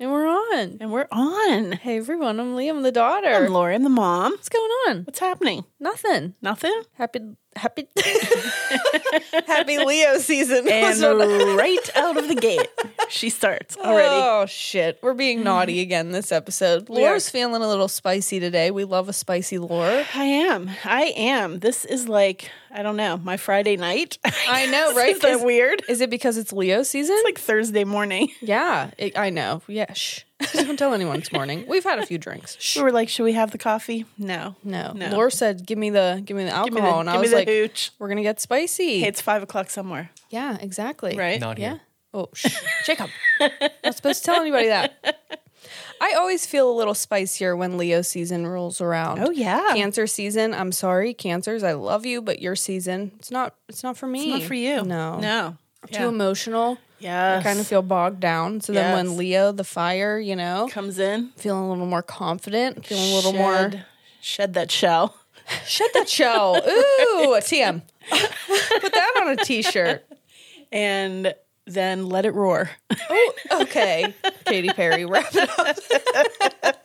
And we're on. And we're on. Hey everyone, I'm Liam the daughter. I'm Lauren, the mom. What's going on? What's happening? Nothing. Nothing. Happy happy Happy Leo season. And right out of the gate, she starts already. Oh shit. We're being naughty again this episode. are. Laura's feeling a little spicy today. We love a spicy Laura. I am. I am. This is like I don't know. My Friday night. I know, right? is that Is- weird? It's Is it because it's Leo season? like Thursday morning. yeah, it, I know. Yeah, shh. Don't tell anyone it's morning. We've had a few drinks. Shh. We were like, should we have the coffee? No. No. No. Laura said, "Give me the give me the alcohol," Give me the, and give I me was the like, hooch. "We're gonna get spicy." Hey, it's five o'clock somewhere, yeah, exactly. right? Not Yeah. here. Oh, sh- Jacob. Not supposed to tell anybody that. I always feel a little spicier when Leo season rolls around. Oh yeah. Cancer season. I'm sorry, cancers. I love you, but your season, it's not. It's not for me. Not for you. No. No. Too emotional. Yeah. I kind of feel bogged down. So then when Yes. Leo, the fire, you know, comes in. feeling a little more confident, feeling a little more Shed- Shed that shell. Shut that shell. Ooh, a TM. Put that on a t-shirt. and then let it roar. Ooh, okay. Katy Perry, wrap it up.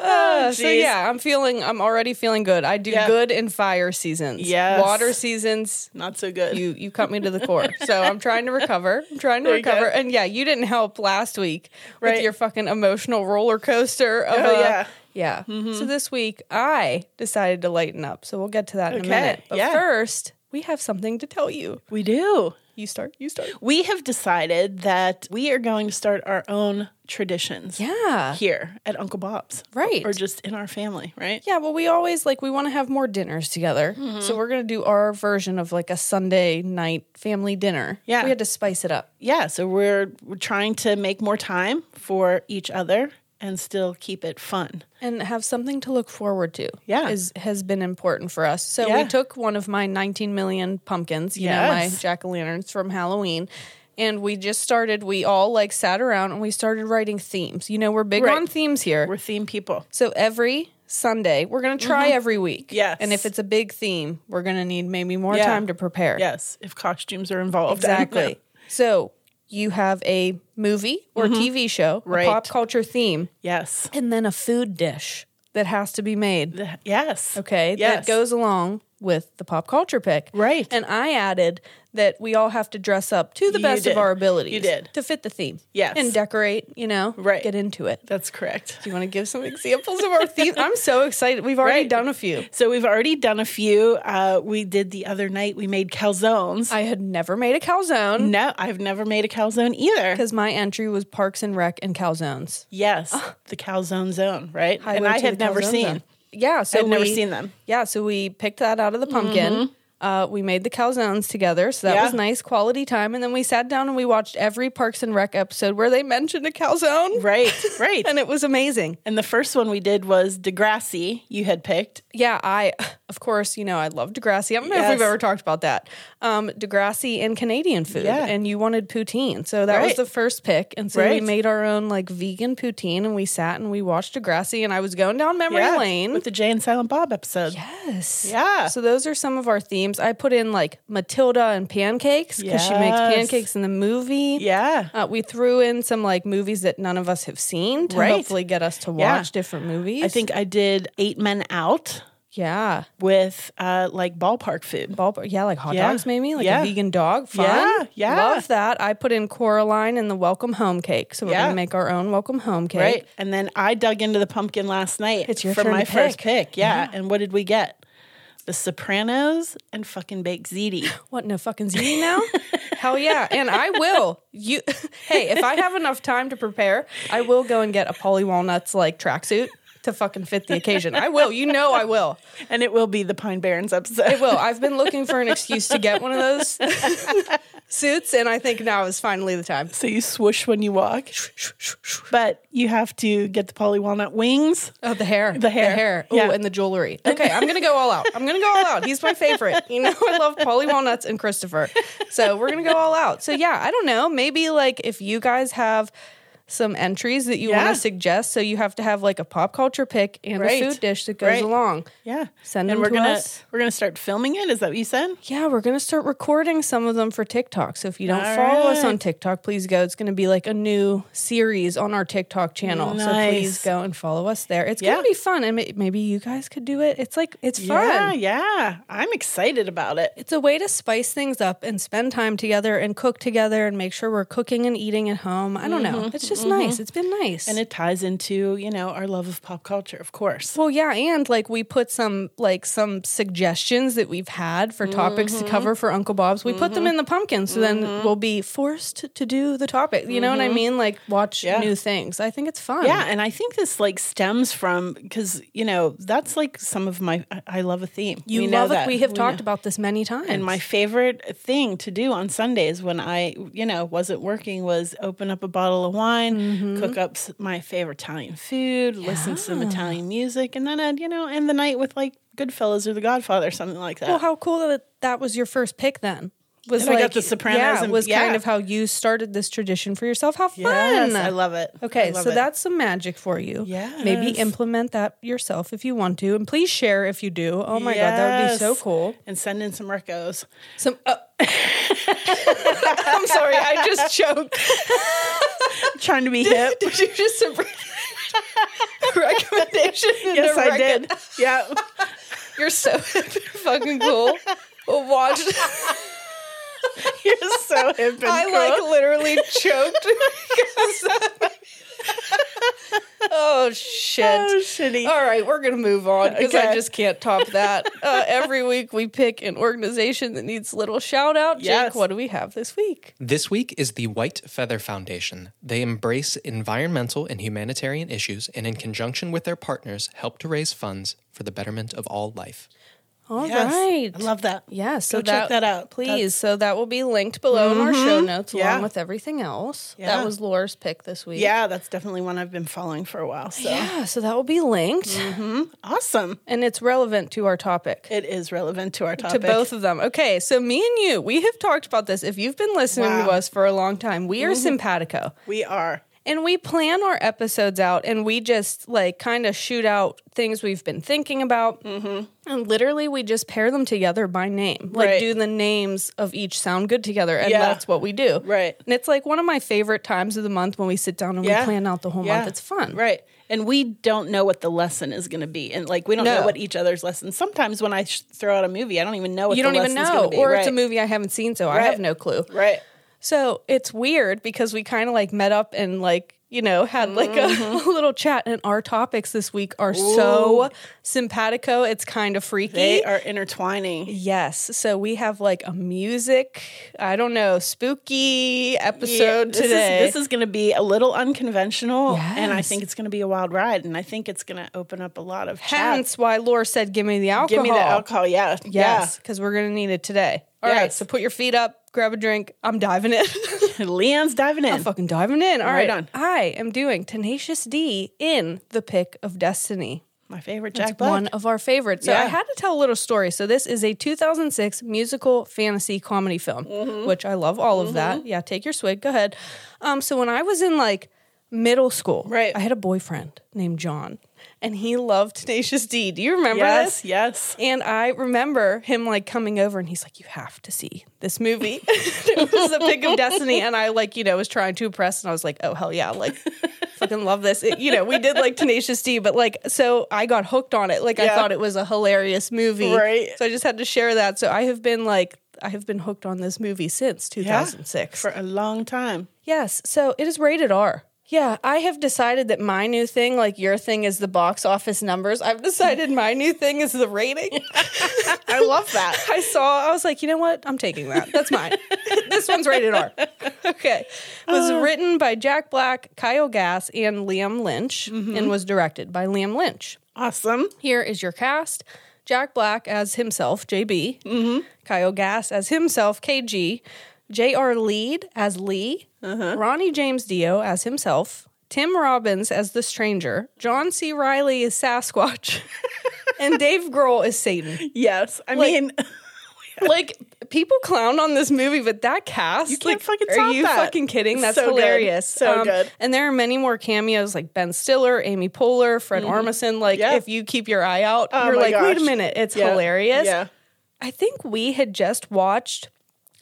Uh, so geez. yeah, I'm feeling I'm already feeling good. I do Oh, Yeah. good in fire seasons. Yes. Water seasons. Not so good. You you cut me to the core. So I'm trying to recover. I'm trying to There you go. recover. And yeah, you didn't help last week with Right. your fucking emotional roller coaster of Oh, uh, yeah. Mm-hmm. Yeah. So this week I decided to lighten up. So we'll get to that in a Okay, minute. But yeah. first, we have something to tell you. we do. You start. You start. We have decided that we are going to start our own traditions Yeah. here at Uncle Bob's. Right. Or just in our family, right? Yeah, well, we always like we want to have more dinners together, Mm-hmm. so we're gonna do our version of like a Sunday night family dinner. Yeah. we had to spice it up. Yeah. So we're, we're trying to make more time for each other and still keep it fun. and have something to look forward to. Yeah. is has been important for us. So we Yeah. took one of my 19 million pumpkins, you know, my Yes. jack o' lanterns from Halloween. And we just started, we all like sat around and we started writing themes. You know, we're big Right. on themes here. We're theme people. So every Sunday, we're going to try every week. Yes. And if it's a big theme, we're going to need maybe more Yeah. time to prepare. Yes. If costumes are involved. I don't know. Exactly. so you have a movie or TV show, Mm-hmm. Right. a pop culture theme, Yes. and then a food dish that has to be made The- yes. okay Yes. that goes along with the pop culture pick Right. and i added that we all have to dress up to the You best did. of our abilities You did. to fit the theme Yes. and decorate you know Right. get into it That's correct. do you want to give some examples of our theme i'm so excited we've already Right. done a few So we've already done a few. Uh, we did the other night, we made calzones. i had never made a calzone no, I've never made a calzone either. because my entry was parks and rec and calzones Yes, the calzone zone, right? and Ah. Highway I to had the never Calzone seen. Zone. Yeah, so I'd never we- seen them. Mm-hmm. Yeah, so we picked that out of the pumpkin. Uh, we made the calzones together, so that Yeah. was nice quality time. And then we sat down and we watched every Parks and Rec episode where they mentioned a calzone, Right, right. and it was amazing. and the first one we did was Degrassi. You had picked. Yeah, I of course you know I love Degrassi. I don't know if we've Yes. ever talked about that. Um, Degrassi and Canadian food, Yeah. and you wanted poutine, so that was Right. the first pick. And so we Right. made our own like vegan poutine, and we sat and we watched Degrassi, and I was going down memory Yeah, lane with the Jay and Silent Bob episode. Yes. Yeah. So those are some of our themes. I put in like Matilda and pancakes because she makes Yes. pancakes in the movie. Yeah, Uh, we threw in some like movies that none of us have seen to Right. hopefully get us to watch Yeah. different movies. I think I did Eight Men Out Yeah. with uh, like ballpark food. Ball, yeah, like hot Yeah. dogs maybe, like Yeah. a vegan dog. Fun. Yeah, yeah. Love that. I put in Coraline and the welcome home cake. So we're Yeah. going to make our own welcome home cake. Right, and then I dug into the pumpkin last night It's your for turn my to first pick. pick. Yeah. and what did we get? The Sopranos and fucking baked ziti. What no fucking ziti now? Hell yeah, and I will. You, hey, if I have enough time to prepare, I will go and get a Polly Walnuts like tracksuit to fucking fit the occasion. I will. You know I will. And it will be the Pine Barrens episode. It will. I've been looking for an excuse to get one of those suits, and I think now is finally the time. So you swoosh when you walk. But you have to get the poly walnut wings. Oh, the hair. The hair. The hair. Oh, Yeah. and the jewelry. Okay, I'm going to go all out. I'm going to go all out. He's my favorite. You know, I love Polly Walnuts and Christopher. So we're going to go all out. So, yeah, I don't know. Maybe like if you guys have some entries that you Yeah. want to suggest, so you have to have like a pop culture pick and Right. a food dish that goes Right. along. Yeah. Send and them we're to gonna us. we're gonna start filming it. Is that what you said? Yeah, we're going to start recording some of them for TikTok. So if you don't All follow us right. on TikTok, please go. It's going to be like a new series on our TikTok channel. So please Nice. go and follow us there. It's Yeah. going to be fun. And may- maybe you guys could do it. It's like, it's fun. Yeah, yeah. I'm excited about it. It's a way to spice things up and spend time together and cook together and make sure we're cooking and eating at home. I don't know. It's just nice. It's been nice. Mm-hmm. And it ties into, you know, our love of pop culture, of course. well, yeah, and like we put some like some suggestions that we've had for topics to cover Mm-hmm. for Uncle Bob's. We put them in the pumpkin, so then we'll be forced to do the topic. You know what I mean? Like watch Mm-hmm. Yeah. new things. I think it's fun. Yeah, and I think this like stems from because you know that's like some of my I- I love a theme. you We know love it. that. We have We talked know. about this many times. And my favorite thing to do on Sundays when I, you know, wasn't working was open up a bottle of wine, Mm-hmm. cook up s- my favorite Italian food, listen to some Italian music, and then I'd, you know, end the night with like Goodfellas or The Godfather, something like that. well, Oh, how cool that that was your first pick then. Was And I got The Sopranos Yeah, and- was kind yeah. of how you started this tradition for yourself. How fun! yes, I love it. Okay, I love so it. that's some magic for you. Maybe Yes. implement that yourself if you want to. And please share if you do. Oh my God, that would be so Yes. cool. And send in some recos. Some. Uh, I'm sorry, I just choked. Trying to be hip. Did you just sub- recommendation? in yes, the I record? did. Yeah. You're so fucking cool. Watch. You're so hip and I cool. like literally choked. because- oh shit. Oh, shitty. All right, we're going to move on because I Okay. just can't top that. Uh, every week we pick an organization that needs a little shout out. Jake, Yes. what do we have this week? This week is the White Feather Foundation. They embrace environmental and humanitarian issues and, in conjunction with their partners, help to raise funds for the betterment of all life. All right, Yes. I love that. Yeah, so Go check that out. please. That's- so that will be linked below in our show notes Yeah. along with everything else. That Yeah. was Laura's pick this week. Yeah, that's definitely one I've been following for a while. So Yeah, so that will be linked Mm-hmm. awesome. and it's relevant to our topic. It is relevant to our to topic. both of them. Okay, so me and you, we have talked about this. If you've been listening to Wow. Mm-hmm. us for a long time, we are simpatico. We are. And we plan our episodes out and we just like kind of shoot out things we've been thinking about. And literally, we just pair them together by name. Like, Mm-hmm. Right. do the names of each sound good together. And Yeah. that's what we do. Right. And it's like one of my favorite times of the month when we sit down and we Yeah. plan out the whole Yeah. month. It's fun. Right. And we don't know what the lesson is going to be. And like, we don't No. know what each other's lesson. Sometimes when I sh- throw out a movie, I don't even know what You the don't even lesson's know. gonna be. Or it's a Right. movie I haven't seen, so I Right. have no clue. Right. So it's weird because we kind of like met up and like, you know, had like a, Mm-hmm. a little chat, and our topics this week are so simpatico. It's kind of freaky. They are intertwining. yes. So we have like a music, I don't know, spooky episode this today. Is, this is going to be a little unconventional. And I Yes. think it's going to be a wild ride. And I think it's going to open up a lot of chats. Hence why Laura said, Give me the alcohol. Give me the alcohol. Yeah. Yes. Because we're going to need it today. All right. Yes. So put your feet up, grab a drink. I'm diving in. Yeah. Leanne's diving in. fucking diving in. All right, Right on. I am doing Tenacious D in The Pick of Destiny. My favorite Jack Black. One of our favorites. So I Yeah. had to tell a little story. So this is a 2006 musical fantasy comedy film, Mm-hmm. which I love all of that. Yeah, take your swig. Go ahead. Um, so when I was in like middle school, Right. I had a boyfriend named John, and he loved Tenacious D. Do you remember this? Yes. Yes. And I remember him like coming over and he's like, You have to see this movie. it was the pick of destiny. And I like, you know, was trying to impress and I was like, Oh hell yeah, like fucking love this. It- you know, we did like Tenacious D, but like so I got hooked on it. Like I Yeah. thought it was a hilarious movie. Right. So I just had to share that. So I have been like I have been hooked on this movie since 2006. For a long time. yes. So it is rated R. Yeah, I have decided that my new thing, like your thing is the box office numbers. I've decided my new thing is the rating. I love that. I saw, I was like, you know what? I'm taking that. That's mine. this one's rated R. Okay. It was written by Jack Black, Kyle Gass, and Liam Lynch, and was directed by Liam Lynch. Awesome. Here is your cast Jack Black as himself, JB. Kyle Gass as himself, KG. J.R. Lead as Lee. Ronnie James Dio as himself. Tim Robbins as the stranger. John C. Riley is Sasquatch. and Dave Grohl is Satan. Yes. I mean, Like, people clown on this movie, but that cast. You can't like, fucking Are top you that. fucking kidding? That's So good. hilarious. Um, So good. And there are many more cameos like Ben Stiller, Amy Poehler, Fred Armisen. Like, Mm-hmm. Yeah. Oh if you keep your eye out, you're my like, wait a gosh. minute, it's yeah. hilarious. Yeah. I think we had just watched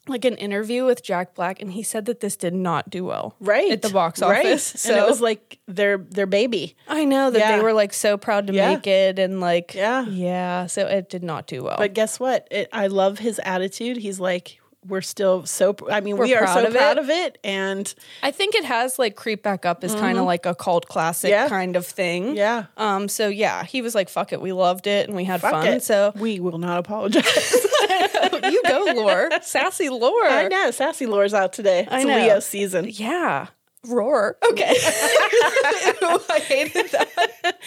like an interview with Jack Black, and he said that this did not do well Right. at the box Right. office. So and it was like their their baby. I know that Yeah. they were like so proud to Yeah. make it, and like Yeah. yeah. So it did not do well. But guess what? It, I love his attitude. He's like, we're still so. pr- I mean, We're we are proud so of proud it. of it, and I think it has like creep back up is kind of like a cult classic Mm-hmm. Yeah. kind of thing. Yeah. Um. So yeah, he was like, "Fuck it, we loved it and we had fuck fun." it. So we will not apologize. you go, Lore, sassy Lore. I know, sassy Laura's out today. It's I know. Leo season. Yeah. Roar. Okay. I hated that.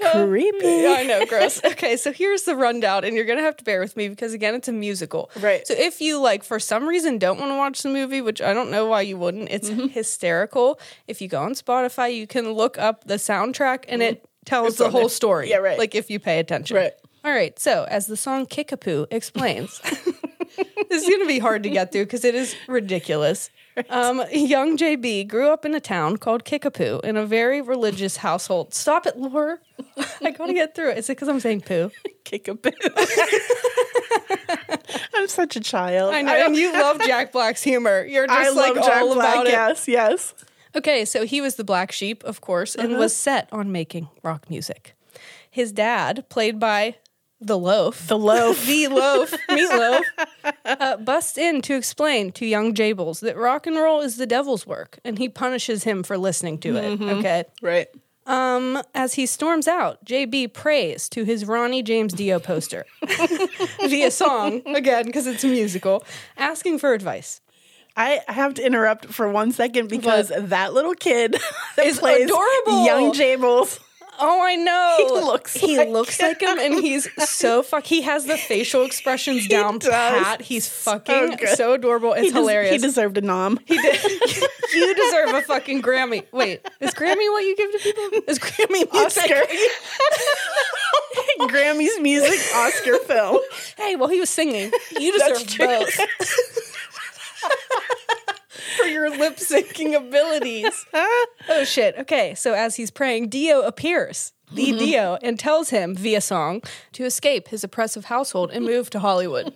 Creepy. Yeah, I know, gross. Okay, so here's the rundown, and you're gonna have to bear with me because again, it's a musical. Right. So if you like, for some reason, don't want to watch the movie, which I don't know why you wouldn't, it's Mm-hmm. hysterical. If you go on Spotify, you can look up the soundtrack, and it tells the Mm-hmm. on whole there. story. Yeah, right. Like if you pay attention. Right. All right. So as the song Kickapoo explains. this is going to be hard to get through because it is ridiculous. Um, young JB grew up in a town called Kickapoo in a very religious household. Stop it, Laura. I got to get through it. Is it because I'm saying poo? Kick a boo. I'm such a child. I know. and you love Jack Black's humor. You're just I like love Jack all Black. about it. Yes, yes. Okay, so he was the black sheep, of course, and was Uh-huh. set on making rock music. His dad, played by the loaf, The loaf. the loaf, meatloaf, uh, busts in to explain to young Jables that rock and roll is the devil's work, and he punishes him for listening to it. Mm-hmm. Okay. right. Um, as he storms out, JB prays to his Ronnie James Dio poster via song, again, because it's a musical, asking for advice. I I have to interrupt for one second because that little kid that Is plays adorable. young Jables. Oh, I know. He looks He like looks like him, and he's so fuck. He has the facial expressions down does. pat. He's fucking so, good. adorable. It's He des- hilarious. he deserved a nom. you deserve a fucking Grammy. Wait, is Grammy what you give to people? Is Grammy music? Oscar. Grammy's music Oscar film. Hey, well, he was singing. You deserve true. both for your lip syncing abilities. Oh shit. Okay, so as he's praying, Dio appears. The Dio and tells him via song to escape his oppressive household and move to Hollywood.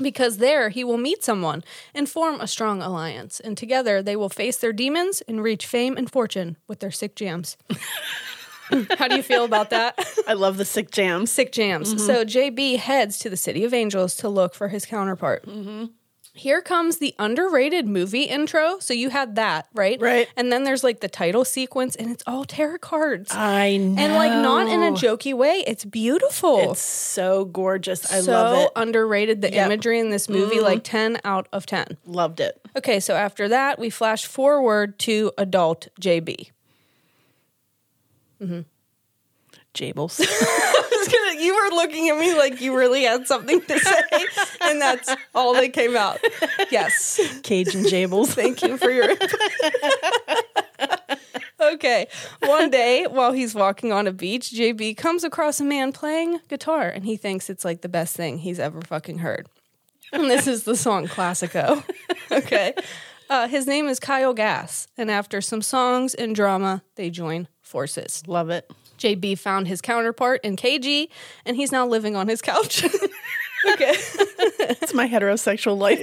Because there he will meet someone and form a strong alliance, and together they will face their demons and reach fame and fortune with their sick jams. How do you feel about that? I love the sick jams. sick jams. So JB heads to the City of Angels to look for his counterpart. Here comes the underrated movie intro. So you had that, right? Right. And then there's like the title sequence, and it's all tarot cards. I know. and like not in a jokey way. It's beautiful. It's so gorgeous. I so love it. underrated the Yep. imagery in this movie, like 10 out of 10. Loved it. Okay, so after that, we flash forward to adult JB. Jables. was gonna- you were looking at me like you really had something to say, and that's all that came out. Yes. Cajun Jables. Thank Thank you for your input. okay. One day, while he's walking on a beach, JB comes across a man playing guitar, and he thinks it's like the best thing he's ever fucking heard. And this is the song Classico. Okay. Uh, his name is Kyle Gass, and after some songs and drama, they join forces. Love it. JB found his counterpart in KG, and he's now living on his couch. okay, It's my heterosexual life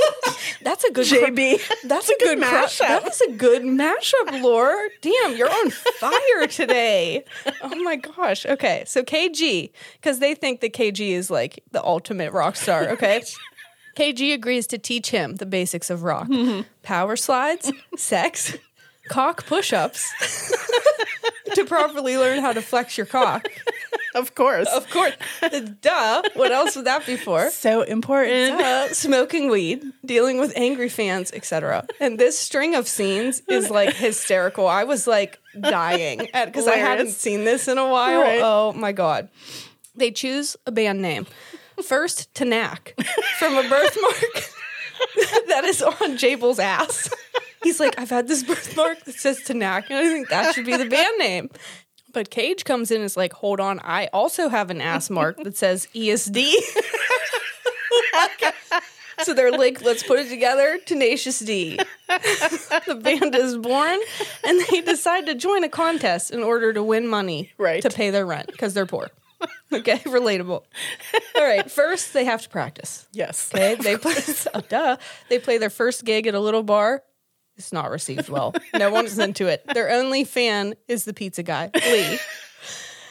partner, that's a good. JB. that's a good, mashup. mashup. that was a good mashup, Lore. Damn, you're on fire today. Oh my gosh. Okay, so KG, because they think that KG is like the ultimate rock star. Okay. Mm-hmm. KG agrees to teach him the basics of rock power slides, sex, cock push ups to properly learn how to flex your cock. Of course. Of course. Duh. What else would that be for? so important. Uh, smoking weed, dealing with angry fans, etc. And this string of scenes is like hysterical. I was like dying because I Hilarious. hadn't seen this in a while. Right. Oh my god! They choose a band name first, Tanak, from a birthmark that is on Jabel's ass. He's like, I've had this birthmark that says Tanak, and I think that should be the band name. But Cage comes in and is like, hold on, I also have an ass mark that says E ESD. so they're like, let's put it together, Tenacious D. the band is born, and they decide to join a contest in order to win money Right. to pay their rent because they're poor. Okay, relatable. All right, first they have to practice. Yes. They, they play, oh, duh. They play their first gig at a little bar. It's not received well. No one's into it. Their only fan is the pizza guy, Lee.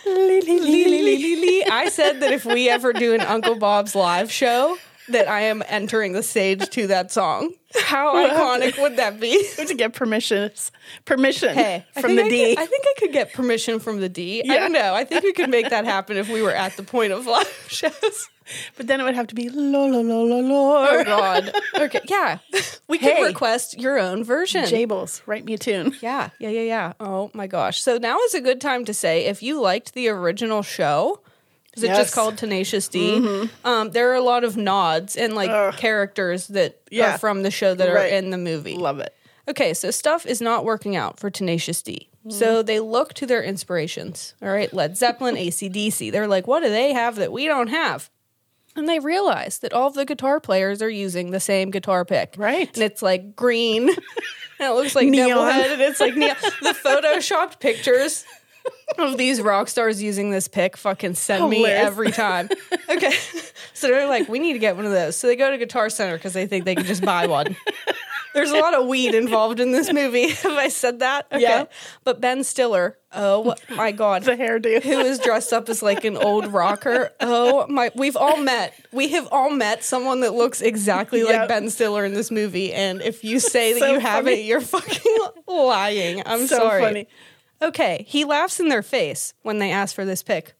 Lee, Lee, Lee, Lee, Lee, Lee, Lee. I said that if we ever do an Uncle Bob's live show, that I am entering the stage to that song. How iconic would that be? We have to get permissions. Permission Hey, I from think the I D. Could, I think I could get permission from the D. I Yeah. don't know. I think we could make that happen if we were at the point of live shows. but then it would have to be lo lo lo lo lo. Oh God. Okay. Yeah. We can Hey. request your own version. Jables, write me a tune. yeah. Yeah. Yeah. Yeah. Oh my gosh. So now is a good time to say if you liked the original show. Is it Yes. just called Tenacious D? Um, there are a lot of nods and like characters that Yeah. are from the show that Right. are in the movie. Love it. Okay, so stuff is not working out for Tenacious D. So Mm-hmm. they look to their inspirations. All right, Led Zeppelin, ACDC. They're like, what do they have that we don't have? And they realize that all of the guitar players are using the same guitar pick. Right. And it's like green. And it looks like Neon. neon. And it's like neon. the photoshopped pictures of these rock stars using this pick fucking send me Hilarious. every time. Okay. So they're like, we need to get one of those. So they go to Guitar Center because they think they can just buy one. There's a lot of weed involved in this movie. Have I said that? Okay. Yeah. But Ben Stiller, oh my God. The hairdo. who is dressed up as like an old rocker? Oh my! We've all met. We have all met someone that looks exactly Yep. like Ben Stiller in this movie. And if you say that So you haven't, funny. you're fucking lying. I'm so sorry. funny. Okay, he laughs in their face when they ask for this pick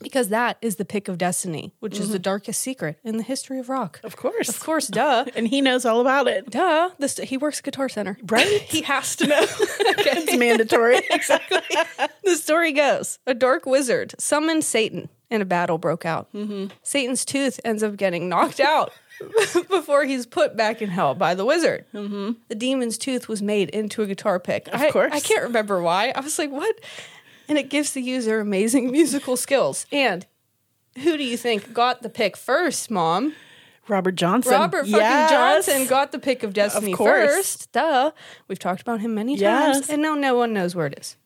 because that is the pick of destiny, which is the darkest secret in the history of rock. Mm-hmm. Of course. Of course, duh. And he knows all about it. Duh, this, he works at Guitar Center. Right? He has to know. It's mandatory. the story goes a dark wizard summoned Satan and a battle broke out. Mm-hmm. Satan's tooth ends up getting knocked out before he's put back in hell by the wizard. The demon's tooth was made into a guitar pick. Of I, Mm-hmm. course. I can't remember why. I was like, what? And it gives the user amazing musical skills. And who do you think got the pick first, mom? Robert Johnson. Robert fucking Yes. Johnson got the pick of destiny Of course. first. Duh. We've talked about him many Yes. times, and now no one knows where it is.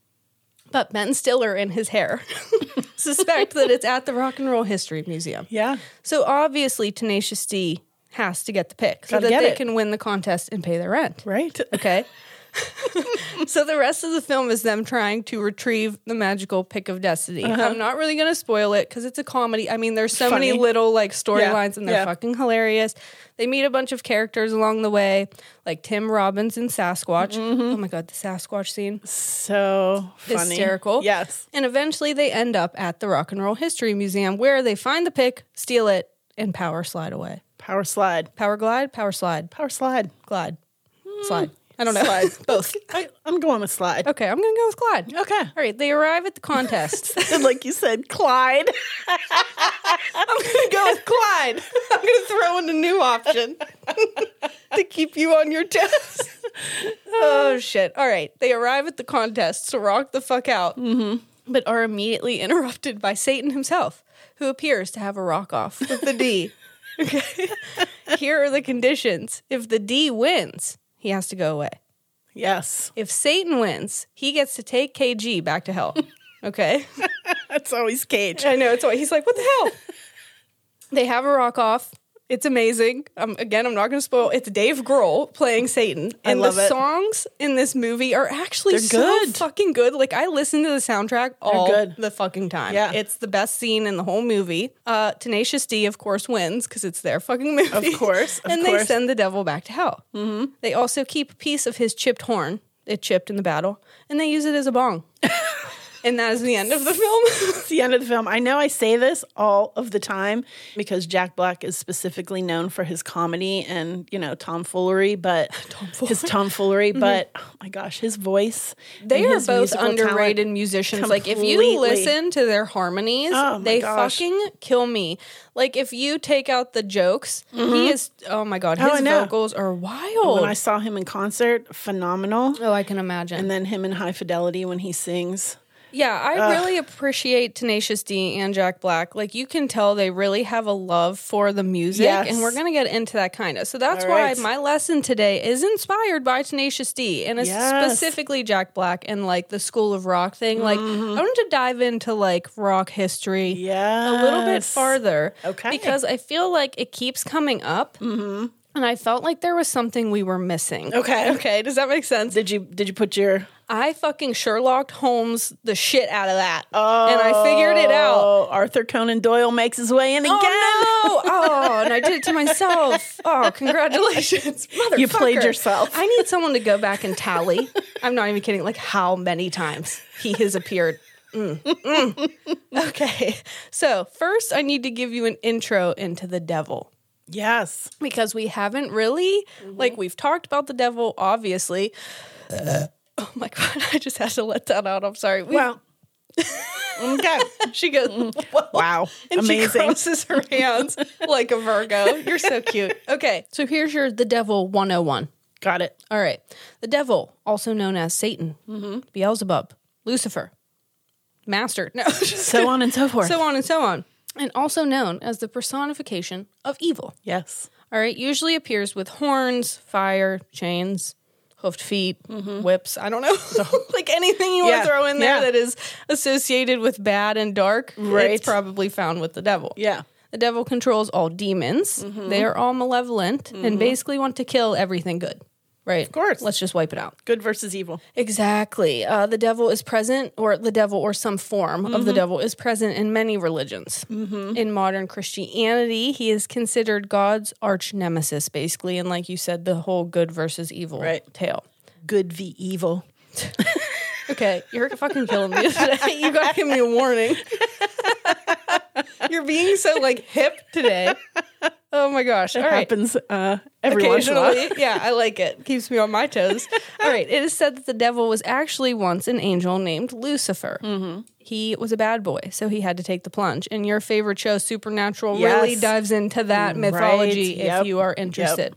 But Ben Stiller and his hair suspect that it's at the Rock and Roll History Museum. Yeah. So obviously, Tenacious D has to get the pick so Gotta that get they it. can win the contest and pay their rent. Right? Okay. so the rest of the film is them trying to retrieve the magical pick of destiny. I'm not really going to spoil it because it's a comedy. I mean, there's so Uh-huh. Funny. many little like storylines and they're yeah. fucking hilarious. They meet a bunch of characters along the way, like Tim Robbins and Sasquatch. Oh my god, the Sasquatch scene So Mm-hmm. funny. hysterical. Yes. And eventually they end up at the Rock and Roll History Museum where they find the pick, steal it, and power slide away. Power slide. Power glide, power slide, Power slide. glide, slide. I don't know. Hmm. Slide. Both. I, I'm going with slide. Okay, I'm gonna go with Glide. Okay. All right, they arrive at the contest. And like you said, Clyde. I'm gonna go with Clyde. I'm gonna throw in a new option to keep you on your toes. oh shit! All right, they arrive at the contest to rock the fuck out, but are immediately interrupted by Satan himself, who appears to have a rock off with the D. Okay, here are the conditions: if the D wins, he has to go away. Yes. If Satan wins, he gets to take KG back to hell. Okay. That's always Cage. I know. It's always, he's like, what the hell? they have a rock off. It's amazing. Um, again, I'm not going to spoil. It's Dave Grohl playing Satan, and love the it. songs in this movie are actually They're so good. fucking good. Like I listen to the soundtrack all good. the fucking time. Yeah. it's the best scene in the whole movie. Uh, Tenacious D, of course, wins because it's their fucking movie. Of course, of and they course. send the devil back to hell. Mm-hmm. They also keep a piece of his chipped horn It chipped in the battle, and they use it as a bong. and that is the end of the film. It's the end of the film. I know I say this all of the time because Jack Black is specifically known for his comedy and, you know, tomfoolery, but his tomfoolery, but oh my gosh, his voice. Mm-hmm. they and are his both musical talent. underrated musicians. Like if Completely. you listen to their harmonies, Oh, my they gosh. fucking kill me. Like if you take out the jokes, he is oh my god, Mm-hmm. Oh, I his know. vocals are When wild. I saw him in concert, phenomenal. oh, I can imagine. And then him in High Fidelity when he sings. Yeah, I really appreciate Tenacious D and Jack Black. Like you can tell they really have a love for the music Yes. and we're going to get into that kind of. So that's All right. why my lesson today is inspired by Tenacious D and it's Yes. specifically Jack Black and like the School of Rock thing. Like Mm-hmm. I wanted to dive into like rock history Yeah. a little bit farther. Okay. Because I feel like it keeps coming up. Mm-hmm. And I felt like there was something we were missing. Okay. Okay. Does that make sense? Did you did you put your I fucking Sherlock Holmes the shit out of that. and I figured it out. Oh, Arthur Conan Doyle makes his way in again. Oh, no. Oh, and I did it to myself. Oh, congratulations. Motherfucker. You played yourself. I need someone to go back and tally. I'm not even kidding. Like, how many times he has appeared. Mm, mm. Okay. So, first, I need to give you an intro into the devil Yes. because we haven't really like we've talked about the devil obviously oh my god i just had to let that out i'm sorry we, Well. okay. she goes "Well," Wow. and she Amazing. crosses her hands like a virgo you're so cute okay so here's your the devil 101 Got it. all right the devil also known as satan beelzebub lucifer master no just So on and so forth. so on and so on and also known as the personification of evil yes. All right, usually appears with horns, fire, chains, hoofed feet, whips. I don't know, like anything you Mm-hmm. Yeah, want to throw in there yeah. that is associated with bad and dark. Right. It's probably found with the devil. Yeah. Mm-hmm. The devil controls all demons. They are all malevolent and basically want to kill everything good. Right. Of course. Let's just wipe it out. Good versus evil. Exactly. Uh, the devil is present, or the devil, or some form of the devil, is present in many religions. In modern Christianity, he is considered God's arch nemesis, basically. And like you said, the whole good versus evil Right. tale. Good v evil. Okay, you're fucking killing me today. You gotta give me a warning. you're being so like hip today. Oh my gosh. All right. Happens uh, every once in a while. yeah, I like it. Keeps me on my toes. All right. It is said that the devil was actually once an angel named Lucifer. Mm-hmm. He was a bad boy, so he had to take the plunge. And your favorite show, Supernatural, really Yes. Mm, dives into that mythology Yep. if you are interested.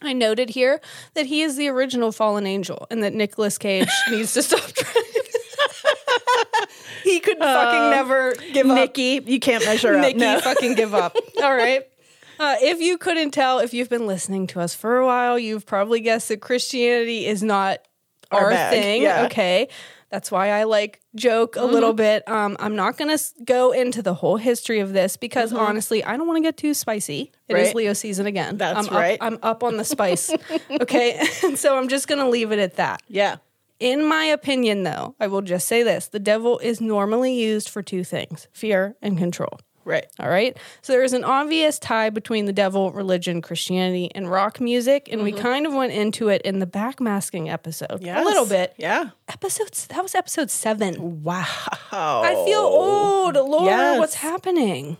I noted here that he is the original fallen angel and that Nicolas Cage needs to stop trying. Uh, he could fucking never give up. Nikki, you can't measure up. Nikki, No. fucking give up. All right. Uh, if you couldn't tell, if you've been listening to us for a while, you've probably guessed that Christianity is not Our our, bag, thing. yeah. Mm-hmm. Okay. That's why I like joke a little bit. Um, I'm not going to go into the whole history of this because honestly, I don't want to get too spicy. It is Mm-hmm. Right. Leo season again. That's I'm up- right. I'm up on the spice. okay. and so I'm just going to leave it at that. Yeah. In my opinion, though, I will just say this the devil is normally used for two things fear and control. Right. All right. So there is an obvious tie between the devil, religion, Christianity, and rock music. And Mm-hmm. we kind of went into it in the backmasking episode a Yes. little bit. Yeah. Episodes that was episode seven. Wow. I feel old. Laura, Oh. Yes. what's happening?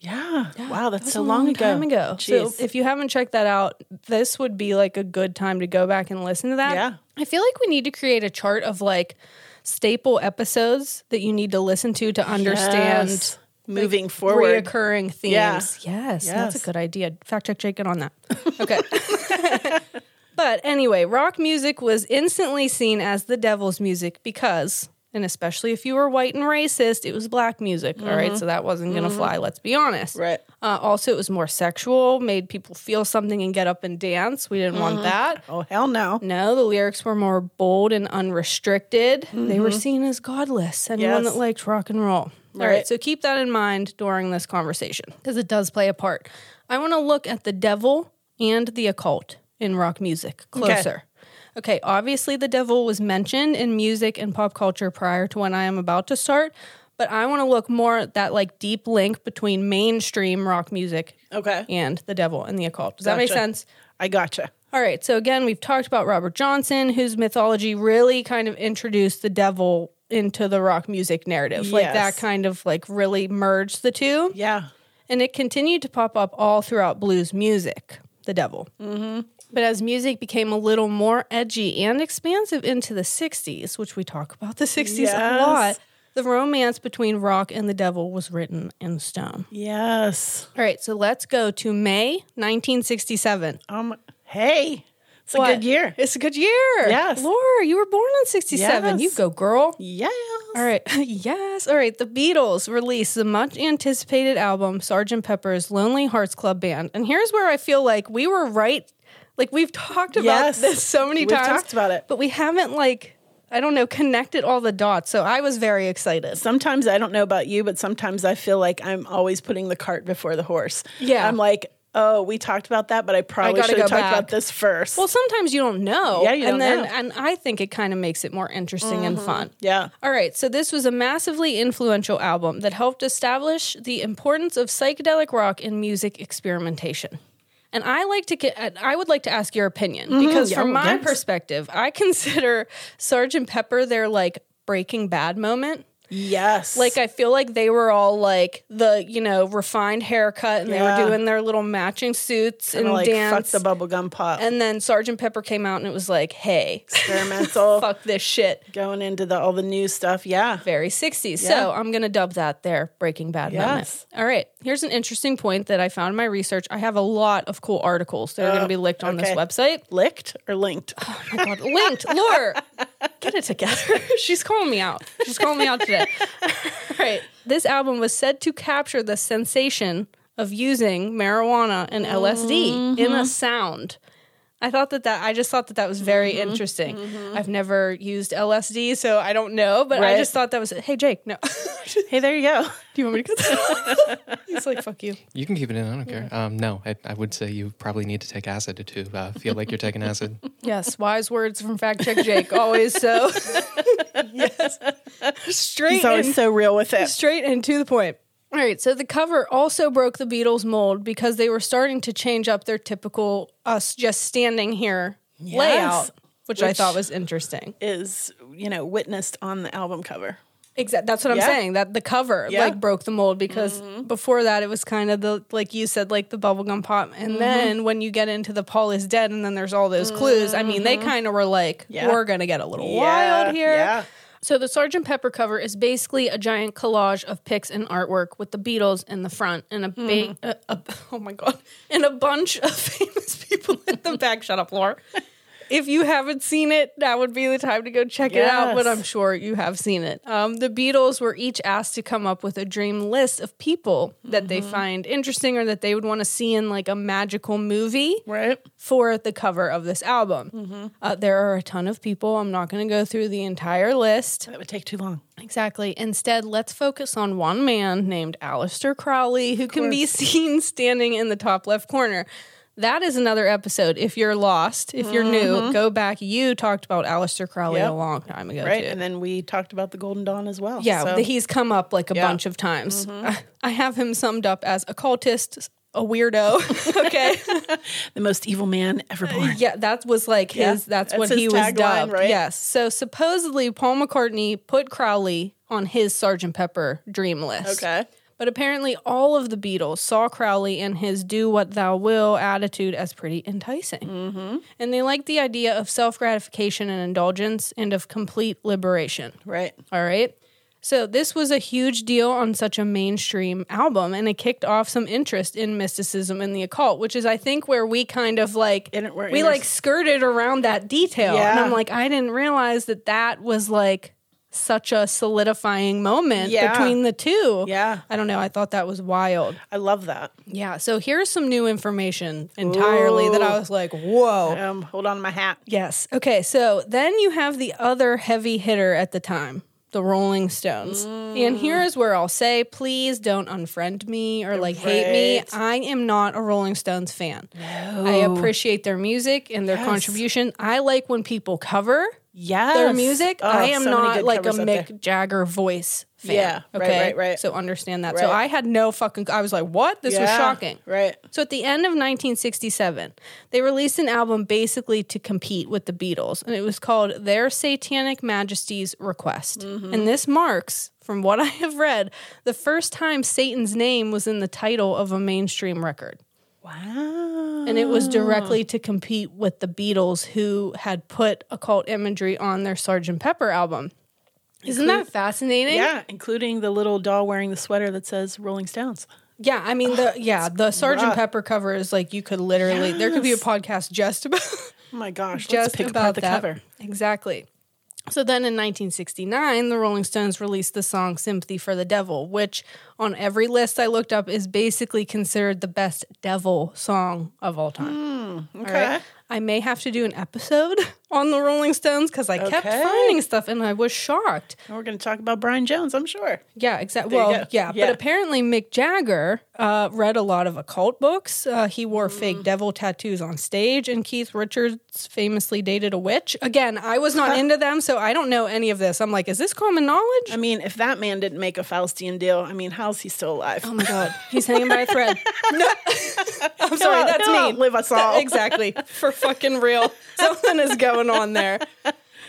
Yeah. Wow. That's That was a so long, long ago. time ago. Jeez. So if you haven't checked that out, this would be like a good time to go back and listen to that. Yeah. I feel like we need to create a chart of like staple episodes that you need to listen to to understand Yes. moving forward. reoccurring themes. Yeah. Yes, that's a Yes. good idea. Fact check Jacob on that. Okay. but anyway, rock music was instantly seen as the devil's music because, and especially if you were white and racist, it was black music. all right, so that wasn't going to fly. Let's be honest. Mm-hmm. Right. Uh, also, it was more sexual, made people feel something and get up and dance. We didn't want that. oh hell no. No, the lyrics were more bold and unrestricted. They were seen as godless. Anyone Yes. that liked rock and roll. All Right. right, so keep that in mind during this conversation because it does play a part. I want to look at the devil and the occult in rock music closer. Okay. obviously the devil was mentioned in music and pop culture prior to when I am about to start, but I want to look more at that like deep link between mainstream rock music Okay. and the devil and the occult. Does that make Gotcha. sense? I gotcha. All right. So again, we've talked about Robert Johnson, whose mythology really kind of introduced the devil into the rock music narrative. Like that Yes. kind of like really merged the two. Yeah. And it continued to pop up all throughout blues music, the devil. Mm-hmm. But as music became a little more edgy and expansive into the 60s, which we talk about the 60s a Yes. lot, the romance between rock and the devil was written in stone. Yes. All right, so let's go to May 1967. Um. Hey, it's a What? good year. It's a good year. Yes. Laura, you were born in 67. You Yes. go, girl. Yes. All right. yes. All right. The Beatles released the much anticipated album, Sgt. Pepper's Lonely Hearts Club Band. And here's where I feel like we were right. Like we've talked about Yes. this so many We've times. talked about it. But we haven't like, I don't know, connected all the dots. So I was very excited. Sometimes I don't know about you, but sometimes I feel like I'm always putting the cart before the horse. Yeah. I'm like, oh, we talked about that, but I probably gotta should have go talked back. about this first. Well, sometimes you don't know. Yeah, you and don't then know. Mm-hmm. and I think it kind of makes it more interesting and fun. yeah. All right, so this was a massively influential album that helped establish the importance of psychedelic rock in music experimentation. And I like to get, I would like to ask your opinion Mm-hmm. because from my yes. perspective, I consider Sgt. Pepper their like Breaking Bad moment. Yes. Like I feel like they were all like the you know refined haircut, and they Yeah. were doing their little matching suits Kinda and like dance. fuck the bubblegum pop. and then Sgt. Pepper came out, and it was like, hey, experimental. fuck this shit. Going into the all the new stuff. Yeah. very 60s. Yeah. So I'm going to dub that their Breaking Bad Yes. moment. All right. Here's an interesting point that I found in my research. I have a lot of cool articles that are going to be linked on this Oh, okay. website. Licked or linked? Oh my God. Linked. Lore. Get it together. She's calling me out. She's calling me out today. All right. This album was said to capture the sensation of using marijuana and LSD in Mm-hmm. a sound. I thought that that I just thought that that was very Mm-hmm. interesting. I've never used LSD, so I don't know, but I Right. just thought that was hey Jake, no. Hey, there you go. Do you want me to cut that off? He's like, fuck you. You can keep it in. I don't care. Um, no, I, I would say you probably need to take acid to uh, feel like you're taking acid. Yes, wise words from Fact Check Jake. Always so. yes. Straight He's always and, so real with it. straight and to the point. All right, so the cover also broke the Beatles' mold because they were starting to change up their typical us just standing here layout, which, I Which- thought was interesting. Is you know witnessed on the album cover. Exactly. That's what I'm Yeah. saying. That the cover Yeah. Mm-hmm. like broke the mold because before that it was kind of the like you said like the bubblegum pop and Mm-hmm. then when you get into the Paul is dead and then there's all those clues. I mean, they kind of were like Mm-hmm. Yeah. we're going to get a little Yeah, wild here. Yeah. So the Sergeant Pepper cover is basically a giant collage of pics and artwork with the Beatles in the front and a big, Mm-hmm. a, a- oh my god, and a bunch of famous people in the back. Shut up, Laura. If you haven't seen it, that would be the time to go check it out. But Yes. I'm sure you have seen it. Um, the Beatles were each asked to come up with a dream list of people that they find interesting or that they would want to see in like a magical movie Right. for the cover of this album. Uh, there are a ton of people. I'm not going to go through the entire list. That would take too long. Exactly. Instead, let's focus on one man named Aleister Crowley who can be seen standing in the top left corner. That is another episode. If you're lost, if you're new, go back. You talked about Aleister Crowley Yep. a long time ago. Right. too. And then we talked about the Golden Dawn as well. Yeah, So- th- he's come up like a Yeah. Mm-hmm. bunch of times. I have him summed up as a cultist, a weirdo. okay. the most evil man ever born. Yeah, that was like his. Yeah, that's, that's what his he was tagline, dubbed. right? Yes. So supposedly Paul McCartney put Crowley on his Sgt. Pepper dream list. Okay. But apparently, all of the Beatles saw Crowley and his "Do what thou will" attitude as pretty enticing, Mm-hmm. and they liked the idea of self gratification and indulgence, and of complete liberation. Right. All right. So this was a huge deal on such a mainstream album and it kicked off some interest in mysticism and the occult, which is I think where we kind of like And it- we're we inter- like skirted around that detail. And Yeah. I'm like I didn't realize that that was like such a solidifying moment Yeah. between the two. Yeah. I don't know, I thought that was wild. I love that. Yeah, so here's some new information entirely that I was like, "Whoa." Um, hold on to my hat. Yes. Okay. So then you have the other heavy hitter at the time, the Rolling Stones. And Mm. here is where I'll say, please don't unfriend me or like hate me. Right. I am not a Rolling Stones fan. I appreciate their music and their contribution. I like when people cover. Yes. their music. Oh, I am so many not good like a covers out there. Mick Jagger voice fan. Yeah, right, okay? right, right. So understand that. So Right. I had no fucking. I was like, what? This was Yeah, shocking. Right. So at the end of 1967, they released an album basically to compete with the Beatles, and it was called Their Satanic Majesty's Request. Mm-hmm. And this marks, from what I have read, the first time Satan's name was in the title of a mainstream record. Wow. And it was directly to compete with the Beatles, who had put occult imagery on their Sgt. Pepper album. Isn't that fascinating? Yeah, including the little doll wearing the sweater that says Rolling Stones. Yeah, I mean the yeah the Sergeant rough. Pepper cover is like you could literally there could be a podcast just about Oh my gosh, just let's pick about apart the that. cover. Exactly. So then in 1969, the Rolling Stones released the song Sympathy for the Devil, which on every list I looked up is basically considered the best devil song of all time. Okay. All right. I may have to do an episode on the Rolling Stones because I kept Okay. finding stuff and I was shocked. And we're going to talk about Brian Jones, I'm sure. Yeah, exactly. There you Well, go. yeah, Yeah. but apparently Mick Jagger uh, read a lot of occult books. Uh, he wore fake devil tattoos on stage, and Keith Richards famously dated a witch. Again, I was not into them, so I don't know any of this. I'm like, is this common knowledge? I mean, if that man didn't make a Faustian deal, I mean, how's he still alive? oh my god, he's hanging by a thread. No, I'm sorry, He'll- that's he'll mean. outlive us all. exactly. For fucking real. Something is going on there.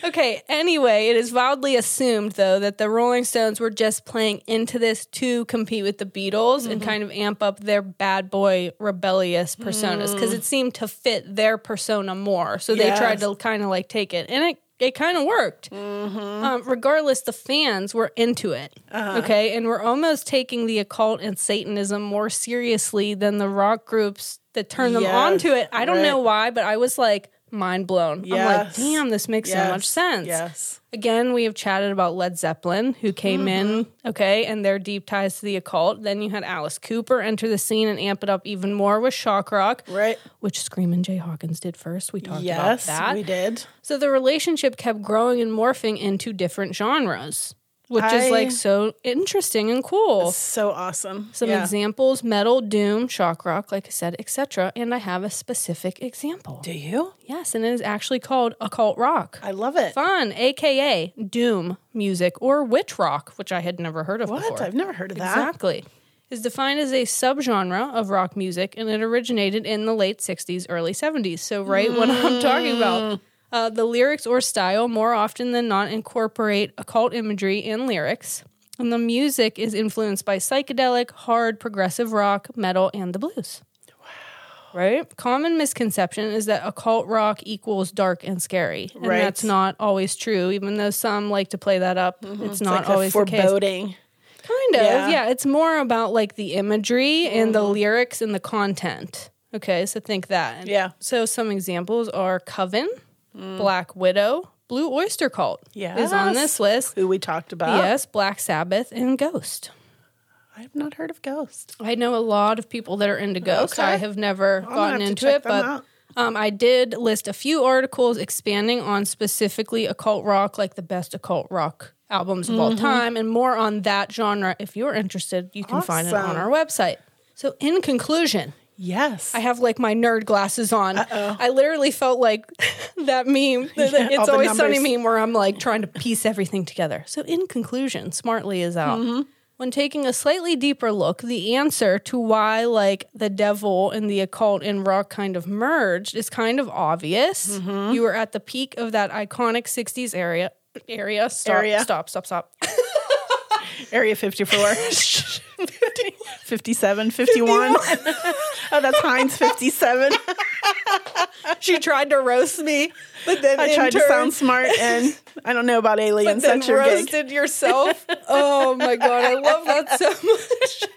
Okay, anyway, it is wildly assumed, though, that the Rolling Stones were just playing into this to compete with the Beatles and Mm-hmm. kind of amp up their bad boy rebellious personas because it seemed to fit their persona more. So they tried Mm. Yes. to kind of like take it, and it, it kind of worked. Um, regardless, the fans were into it. Uh-huh. Okay. And we're almost taking the occult and Satanism more seriously than the rock groups that turn them Yes, on to it. I don't right. know why, but I was like mind blown. I'm like, Yes. damn, this makes so much Yes, sense. Yes. Again, we have chatted about Led Zeppelin, who came in, Mm-hmm. okay, and their deep ties to the occult. Then you had Alice Cooper enter the scene and amp it up even more with shock rock, Right. which Screamin' Jay Hawkins did first. We talked Yes, about that. we did. So the relationship kept growing and morphing into different genres, which is I- like so interesting and cool. So awesome. Some Yeah. examples metal, doom, shock rock, like I said, etc. And I have a specific example. Do you? Yes, and it is actually called occult rock. I love it. Fun, aka doom music or witch rock, which I had never heard of What? before. I've never heard of that. Exactly. Is defined as a subgenre of rock music and it originated in the late 60s, early 70s. So, right what Hmm. I'm talking about. Uh, the lyrics or style more often than not incorporate occult imagery in lyrics. And the music is influenced by psychedelic, hard, progressive rock, metal, and the blues. Wow. Right? Common misconception is that occult rock equals dark and scary. And Right. that's not always true, even though some like to play that up. It's not Mm-hmm. Like a always the case. foreboding. Kind of, yeah. Yeah. Mm-hmm. It's more about like the imagery and the lyrics and the content. Okay, so think that. Yeah. Mm. So some examples are Coven, Black Widow, Blue Oyster Cult. Is on this Yes. list. Who we talked about. Yes, Black Sabbath and Ghost. I've not heard of Ghost. I know a lot of people that are into Ghost. Okay. I have never gonna gotten have to into check it, them but out. um, I did list a few articles expanding on specifically occult rock, like the best occult rock albums of all Mm-hmm. time, and more on that genre. If you're interested, you can find it on Awesome. our website. So, in conclusion, Yes. I have like my nerd glasses on. I literally felt like that meme, the, the Yeah, all It's the Always Sunny numbers. meme, where I'm like trying to piece everything together. So, in conclusion, Smartly is out. Mm-hmm. When taking a slightly deeper look, the answer to why like the devil and the occult and rock kind of merged is kind of obvious. Mm-hmm. You were at the peak of that iconic '60s area. Area. Stop. Area. Stop. Stop. Stop. Area 54. 57, 51. oh, that's Heinz 57. she tried to roast me, but then I in tried to turn- sound smart and I don't know about aliens. then That's your gig. roasted yourself. Oh my god, I love that so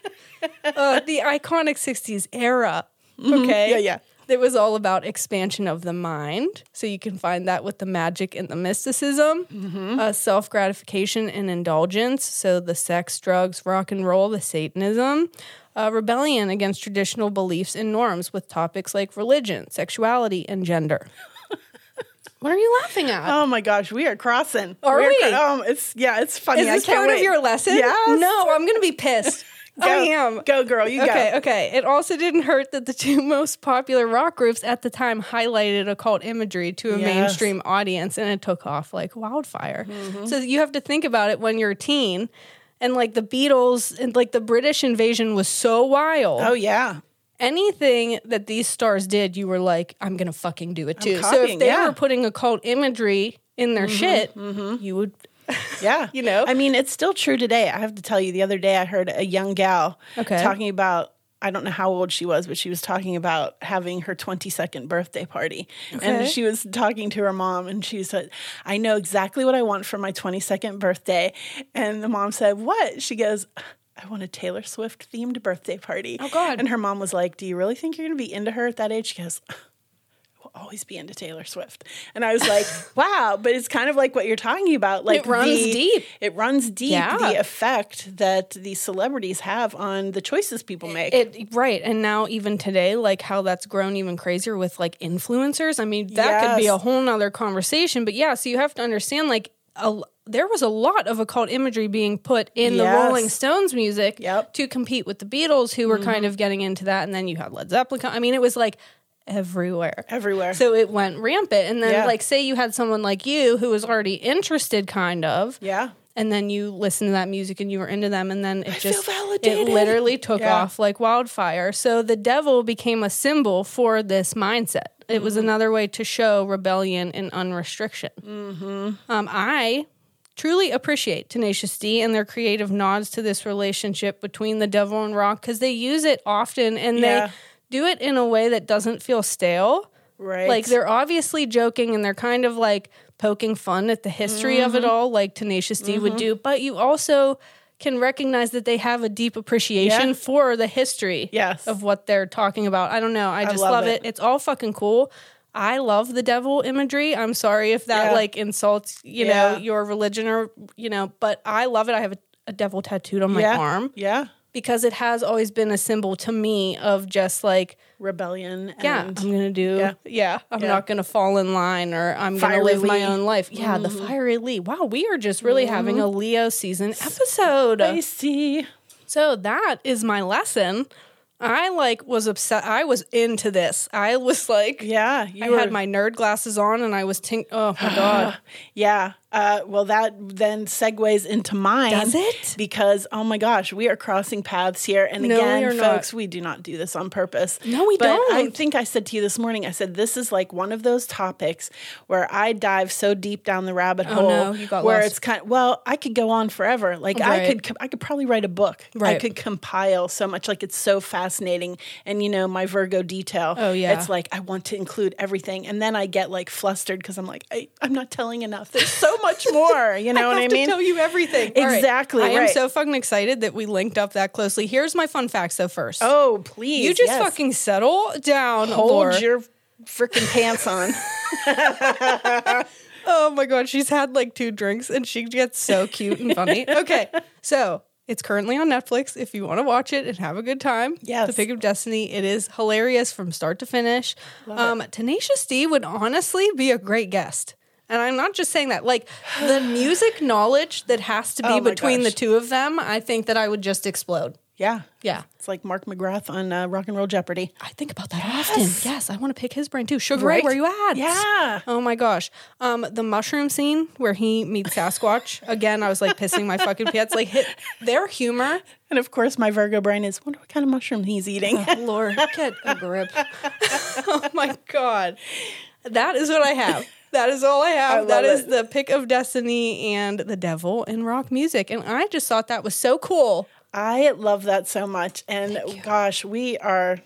much. Uh, the iconic '60s era. Okay. Yeah, yeah. It was all about expansion of the mind. So you can find that with the magic and the mysticism, uh, self gratification and indulgence. So the sex, drugs, rock and roll, the Satanism, uh, rebellion against traditional beliefs and norms with topics like religion, sexuality, and gender. what are you laughing at? Oh my gosh, we are crossing. Are We're we? cro- um, it's yeah, it's funny. Is this I can't part wait. of your lesson? Yes. No, I'm going to be pissed. I am. Go, girl. You Okay, go. okay. It also didn't hurt that the two most popular rock groups at the time highlighted occult imagery to a Yes. mainstream audience and it took off like wildfire. Mm-hmm. So you have to think about it when you're a teen. And like the Beatles and like the British invasion was so wild. Oh, yeah. Anything that these stars did, you were like, I'm gonna fucking do it too. so copying, if they yeah. Mm-hmm. were putting occult imagery in their shit, you would Yeah. You know? I mean, it's still true today. I have to tell you, the other day I heard a young gal Okay. talking about, I don't know how old she was, but she was talking about having her 22nd birthday party. Okay. And she was talking to her mom and she said, I know exactly what I want for my 22nd birthday. And the mom said, What? She goes, I want a Taylor Swift themed birthday party. Oh, God. And her mom was like, Do you really think you're going to be into her at that age? She goes, will always be into Taylor Swift. And I was like, wow, but it's kind of like what you're talking about. Like It runs the- deep. It runs deep Yeah. the effect that these celebrities have on the choices people make. It right, and now even today, like how that's grown even crazier with like influencers. I mean, that could be Yes. a whole nother conversation. But yeah, so you have to understand like a, there was a lot of occult imagery being put in the Yes. Rolling Stones music Yep. Mm-hmm. to compete with the Beatles, who were kind of getting into that, and then you had Led Zeppelin. co- I mean, it was like everywhere. Everywhere. So it went rampant, and then Yeah. like say you had someone like you who was already interested, kind of, yeah. and then you listened to that music and you were into them and then it just it validated. literally took Yeah. off like wildfire so the devil became a symbol for this mindset it was Mm-hmm. another way to show rebellion and unrestriction Mm-hmm. um, i truly appreciate tenacious d and their creative nods to this relationship between the devil and rock because they use it often and Yeah. they do it in a way that doesn't feel stale Right. like they're obviously joking and they're kind of like poking fun at the history of Mm-hmm. it all, like Tenacious D would do. But you also can recognize that they have a deep appreciation Yeah. for the history Yes. of what they're talking about. I don't know. I just love love, it. it. It's all fucking cool. I love the devil imagery. I'm sorry if that Yeah. like insults, you Yeah. know, your religion or you know, but I love it. I have a, a devil tattooed on my yeah. arm Yeah. because it has always been a symbol to me of just like Rebellion. yeah, And I'm gonna do. Yeah. Yeah, I'm Yeah. not gonna fall in line, or I'm Fiery gonna live my Lee. Mm-hmm. own life. Yeah, the fiery Lee. Wow, we are just really having a Leo season episode. I see. So that is my lesson. I like was upset. I was into this. I was like, Yeah. You I were- had my nerd glasses on, and I was tink. Oh my god. Yeah. Uh, well, that then segues into mine. Does it? Because, oh my gosh, we are crossing paths here. And No, we again, are not. folks, we do not do this on purpose. No, we but I don't. think I said to you this morning, I said, this is like one of those topics where I dive so deep down the rabbit hole Oh, no, you got where lost. it's kind well, I could go on forever. Like I Right. could, com- I could probably write a book. I Right. could compile so much. Like it's so fascinating. And you know, my Virgo detail. Oh, yeah. It's like I want to include everything, and then I get like flustered because I'm like, I, I'm not telling enough. There's so much more. You know I what have I to mean? tell you everything. All right. Exactly, I am right. so fucking excited that we linked up that closely. Here's my fun facts though. First, oh, please! you just yes. fucking settle down. hold Lore. your freaking pants on. Oh my god, she's had like two drinks and she gets so cute and funny. Okay, so it's currently on Netflix. If you want to watch it and have a good time, Yes. The Pick of Destiny. It is hilarious from start to finish. Um, Tenacious D would honestly be a great guest. And I'm not just saying that. Like the music knowledge that has to be Oh my between gosh. the two of them, I think that I would just explode. yeah, Yeah. it's like Mark McGrath on uh, Rock and Roll Jeopardy. I think about that often. Yes, I want to pick his brain too. Sugar Ray, Right? where you at? Yeah. Oh my gosh. Um, the mushroom scene where he meets Sasquatch. Again, I was like pissing my fucking pants. Like hit their humor. And of course, my Virgo brain is wonder what kind of mushroom he's eating. Lord, get a grip. oh my god. That is what I have. That is all I have. love that is it. the pick of destiny and the devil in rock music. And I just thought that was so cool. I love that so much. And gosh, we are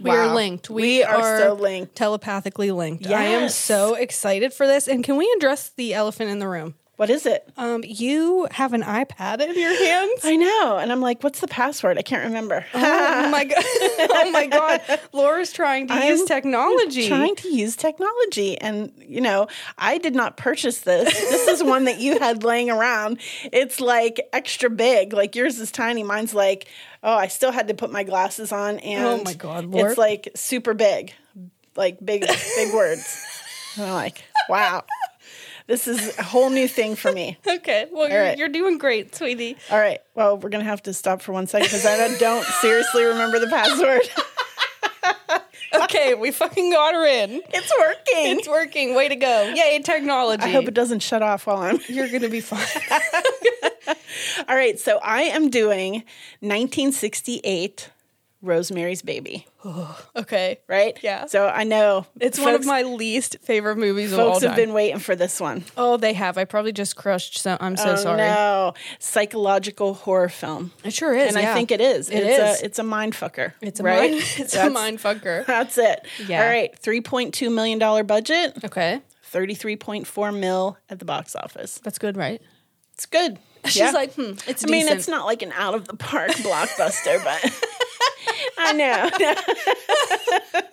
We Wow. are linked. We, We are are, so linked. telepathically linked. I am Yes. so excited for this. And can we address the elephant in the room? what is it? Um, you have an iPad in your hands. I know. And I'm like, what's the password? I can't remember. oh my god! Oh my god! Laura's trying to use technology. trying to use technology. And, you know, I did not purchase this. This is one that you had laying around. It's like extra big. Like yours is tiny. Mine's like, oh, I still had to put my glasses on. And Oh my God, Lord. it's like super big, like big, big words. And I'm like, wow. This is a whole new thing for me. Okay. Well, you're, right. you're doing great, sweetie. All right. Well, we're going to have to stop for one second because I don't- don't seriously remember the password. Okay, we fucking got her in. It's working. It's working. Way to go. Yay, technology. I hope it doesn't shut off while I'm. you're going to be fine. All right. So I am doing 1968 Rosemary's Baby, okay. right? Yeah. So I know It's one of folks- my least favorite movies of all Folks time. have been waiting for this one. oh, they have. I probably just crushed. So I'm so Oh, sorry. No, psychological horror film. It sure is. And I yeah. think it is. It it's is. A, it's a mind fucker. It's a right? mind. It's a That's- mind fucker. That's it. Yeah. All right. Three point two million dollar budget. Okay, Thirty-three point four mil at the box office. that's good, right? It's good. She's Yeah. like, hmm, it's. I mean, it's not like an out of the park blockbuster, but I know.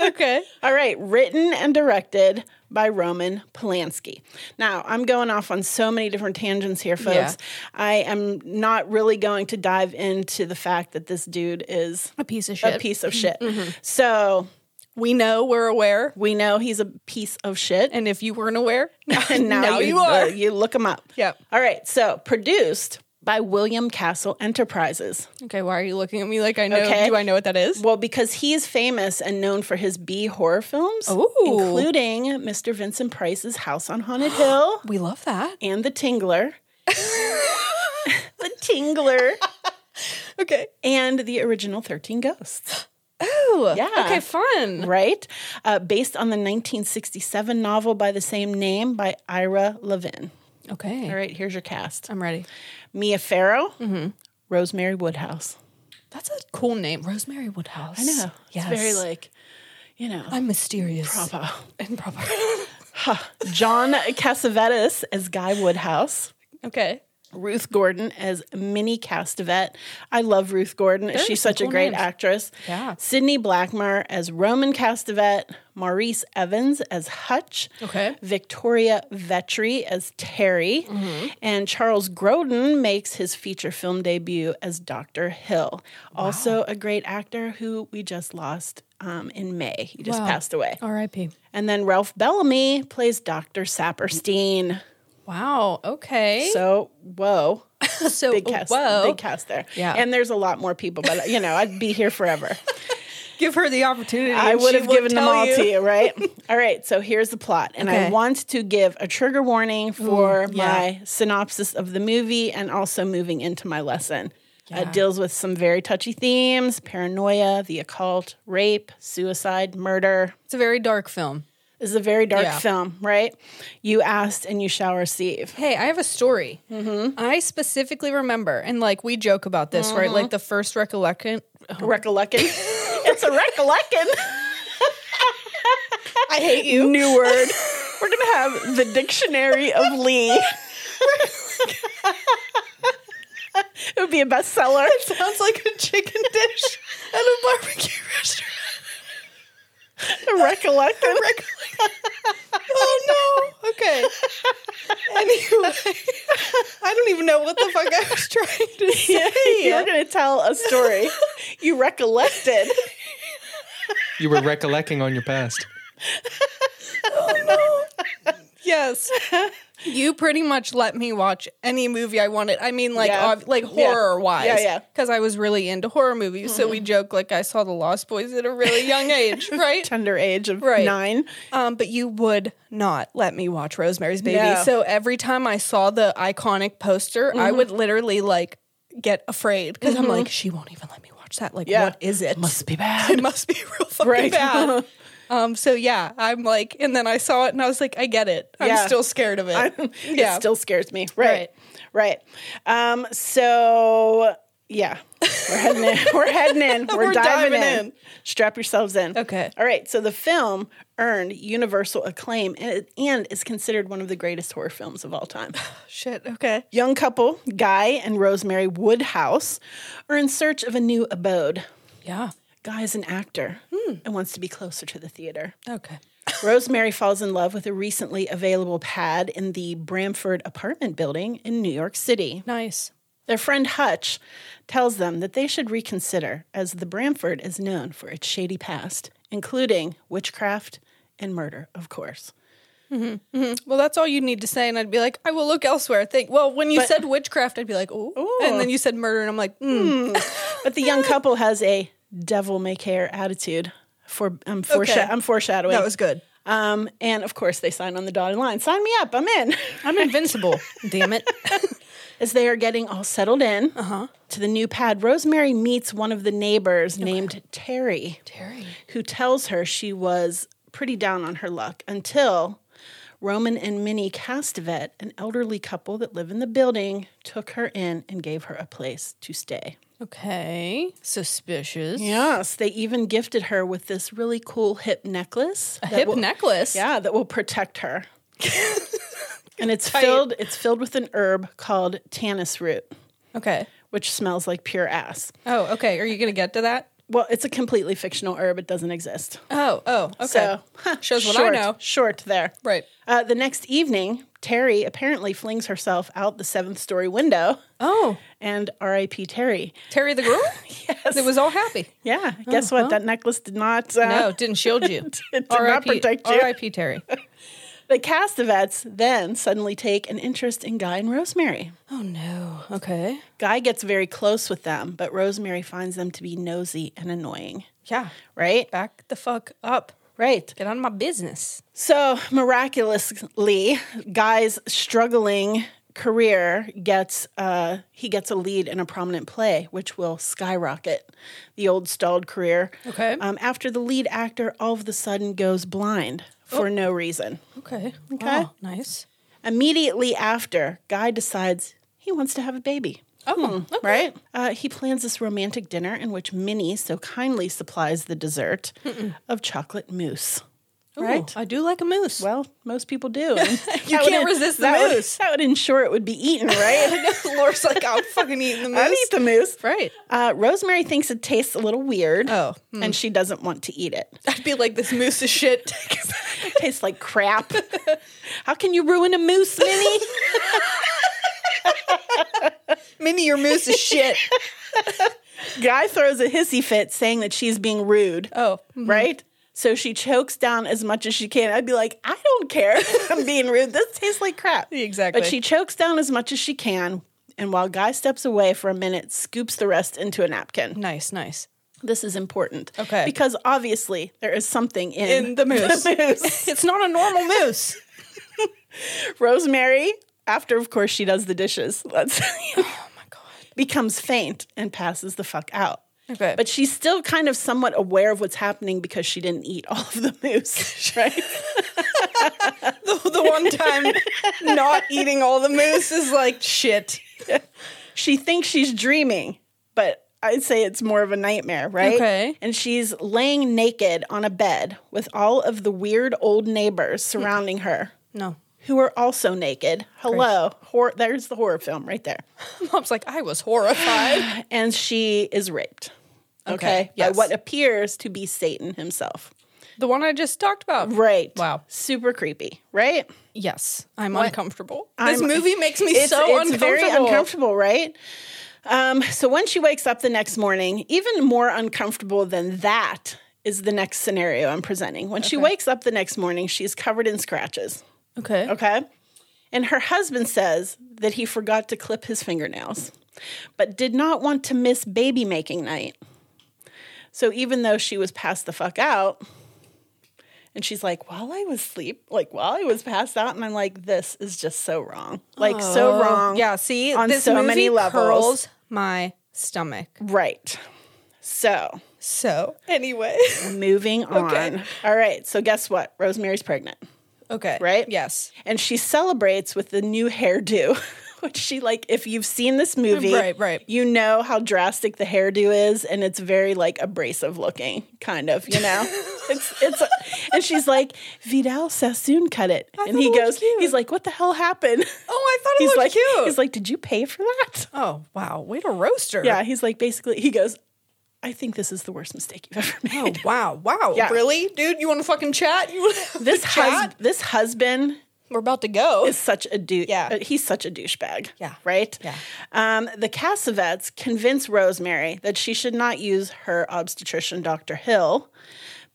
okay. All right, written and directed by Roman Polanski. Now, I'm going off on so many different tangents here, folks. Yeah. I am not really going to dive into the fact that this dude is A piece of shit. Mm-hmm. a piece of shit. So We know. We're aware. we know he's a piece of shit. And if you weren't aware, And now, now you, you are. uh, you look him up. Yep. All right, so produced by William Castle Enterprises. okay. Why are you looking at me like I know? Okay. Do I know what that is? Well, because he is famous and known for his B horror films, Ooh. including Mr. Vincent Price's House on Haunted Hill We love that. and The Tingler. the Tingler Okay. and the original 13 Ghosts, Oh. Yeah. Okay. Fun. right? Uh, based on the 1967 novel by the same name by Ira Levin. Okay. All right, here's your cast I'm ready. Mia Farrow, Rosemary Woodhouse. That's a cool name, Rosemary Woodhouse. I It's Yes. very like, you know, I'm mysterious. proper. And proper. John Cassavetes as Guy Woodhouse. okay. Ruth Gordon as Minnie Castavet. I love Ruth Gordon. are She's some such a cool great names. actress. Yeah. Sydney Blackmore as Roman Castavet. Maurice Evans as Hutch. Okay. Victoria Vetri as Terry. Mm-hmm. And Charles Grodin makes his feature film debut as Dr. Hill. Also a great actor who we just lost um, in May. He just Wow. passed away. R.I.P. And then Ralph Bellamy plays Dr. Sapperstein. Wow. Okay. So, whoa So, big cast, whoa. big cast there. Oh, Yeah. and there's a lot more people, but you know, I'd be here forever. Give her the opportunity. I and would she have given them tell all to you, right? all right, so here's the plot, and I Okay. want to give a trigger warning for yeah. my synopsis of the movie, and also moving into my lesson. Yeah. It deals with some very touchy themes: paranoia, the occult, rape, suicide, murder. It's a very dark film. This is a very dark Yeah. film, right? You asked, and you shall receive. Hey, I have a story. Mm-hmm. I specifically remember, and like we joke about this, right? Uh-huh. Like the first recollection. Recollecting, it's a recollecting. I hate you. New word. We're gonna have the dictionary of Lee. it would be a bestseller. Sounds like a chicken dish at a barbecue restaurant. Recollect it. Oh no. Okay. Anyway, I don't even know what the fuck I was trying to say. You're gonna tell a story. You recollected. You were recollecting on your past. Yes. You pretty much let me watch any movie I wanted. I mean, like, Yeah. ob- like horror wise. Yeah, Mm-hmm. yeah. Because I was really into horror movies. So we joke, like, I saw The Lost Boys at a really young age, right? Tender age of Right. nine. Um, but you would not let me watch Rosemary's Baby. No. Mm-hmm. So every time I saw the iconic poster, I would literally, like, get afraid because I'm like, she won't even let me watch that. Like, Yeah. what is it? be bad. it must be real fucking Right. bad. Um, so yeah, I'm like, and then I saw it and I was like, I get it. I'm Yeah. still scared of it. yeah. It still scares me. Right. Right. Um, so yeah. We're heading in. We're heading in. We're, We're diving, diving in. in. Strap yourselves in. Okay. All right. So the film earned universal acclaim and, it- and is considered one of the greatest horror films of all time. Shit. Okay. Young couple, Guy and Rosemary Woodhouse, are in search of a new abode. Yeah. Guy is an actor and wants to be closer to the theater. Okay. Rosemary falls in love with a recently available pad in the Bramford apartment building in New York City. Nice. Their friend Hutch tells them that they should reconsider, as the Bramford is known for its shady past, including witchcraft and murder, of course. Well, that's all you need to say, and I'd be like, I will look elsewhere. Think. Well, when you said witchcraft, I'd be like, oh, and then you said murder, and I'm like, mm. But the young couple has a devil may care attitude. For I'm, foresha- Okay. I'm foreshadowing. that was good. um, and of course they sign on the dotted line. Sign me up. I'm in. I'm invincible. Damn it. As they are getting all settled in to the new pad, Rosemary meets one of the neighbors named Terry. Terry, who tells her she was pretty down on her luck until Roman and Minnie Castavet, an elderly couple that live in the building, took her in and gave her a place to stay. Okay. Suspicious. Yes, they even gifted her with this really cool hip necklace. that Hip will- necklace. Yeah, that will protect her. and it's filled it's filled with an herb called tannis root, Okay. which smells like pure ass. Oh, okay. Are you going to get to that? Well, it's a completely fictional herb. It doesn't exist. Oh, oh, okay. So Shows what I short, know. Short there. Right. Uh, the next evening, Terry apparently flings herself out the seventh story window. Oh, And R.I.P. Terry. Terry the girl? yes. It was all happy. Yeah, guess what? That necklace did not. Uh, No, didn't shield you. did not protect you. R.I.P. Terry. The Castavets then suddenly take an interest in Guy and Rosemary. Oh, no. Okay. Guy gets very close with them, but Rosemary finds them to be nosy and annoying. Yeah. Right? Back the fuck up. Right. Get on my business. So miraculously, Guy's struggling career gets uh, he gets a lead in a prominent play, which will skyrocket the old stalled career. Okay. Um, after the lead actor all of a sudden goes blind Oh. for no reason. Okay. Okay. nice. Immediately after, Guy decides he wants to have a baby. Oh, okay. Right? Uh, he plans this romantic dinner in which Minnie so kindly supplies the dessert of chocolate mousse. Ooh, Right? I do like a moose. Well, most people do. And You that would can't en- resist the that would- mousse. that would ensure it would be eaten, right? Laura's like, I'm fucking eating the moose. I'd eat the mousse. Right. Uh, Rosemary thinks it tastes a little weird. Oh, And she doesn't want to eat it. I'd be like, this moose is shit. It tastes like crap. How can you ruin a mousse, Minnie? Minnie, your moose is shit. Guy throws a hissy fit saying that she's being rude. Oh, right? So she chokes down as much as she can. I'd be like, I don't care if I'm being rude. This tastes like crap. Exactly. But she chokes down as much as she can. And while Guy steps away for a minute, scoops the rest into a napkin. nice, nice. This is important. Okay. Because obviously there is something in, In the moose. mousse. It's not a normal moose. Rosemary, after, of course, she does the dishes, let's, Oh my God. becomes faint and passes the fuck out. Okay. But she's still kind of somewhat aware of what's happening because she didn't eat all of the mousse, right? the, the one time not eating all the moose is like shit. she thinks she's dreaming, but I'd say it's more of a nightmare, right? Okay. And she's laying naked on a bed with all of the weird old neighbors surrounding her No. who are also naked. Hello. Hor- there's the horror film right there. Mom's like, I was horrified. And she is raped. Okay. yes. By what appears to be Satan himself. the one I just talked about. Right. Wow. Super creepy, right? Yes. I'm uncomfortable. this I'm- movie makes me it's, so it's uncomfortable. very uncomfortable, right? Um, so when she wakes up the next morning, even more uncomfortable than that is the next scenario I'm presenting. When she wakes up the next morning, she's covered in scratches. Okay. Okay. And her husband says that he forgot to clip his fingernails, but did not want to miss baby making night. So even though she was passed the fuck out, and she's like, while I was asleep, like while I was passed out, and I'm like, this is just so wrong. Like, so wrong. Oh, Yeah. See, on this so movie many levels. curls my stomach. Right. So So anyway. moving on. All right. So guess what? Rosemary's pregnant. okay. Right? Yes. and she celebrates with the new hairdo which she like if you've seen this movie Right, right. you know how drastic the hairdo is and it's very like abrasive looking kind of you know it's it's and she's like vidal sassoon cut it and thought he it looked goes cute. he's like what the hell happened Oh, I thought it he's looked like cute. he's like did you pay for that oh wow, way to roaster. yeah he's like basically he goes i think this is the worst mistake you've ever made Oh wow, wow. Yeah. Really, dude? You want to fucking chat? You want to this chat? hus- this husband We're about to go. is such a douche. Yeah. uh, he's such a douchebag. Yeah. right. Yeah. Um, the Cassavets convince Rosemary that she should not use her obstetrician, Doctor Hill,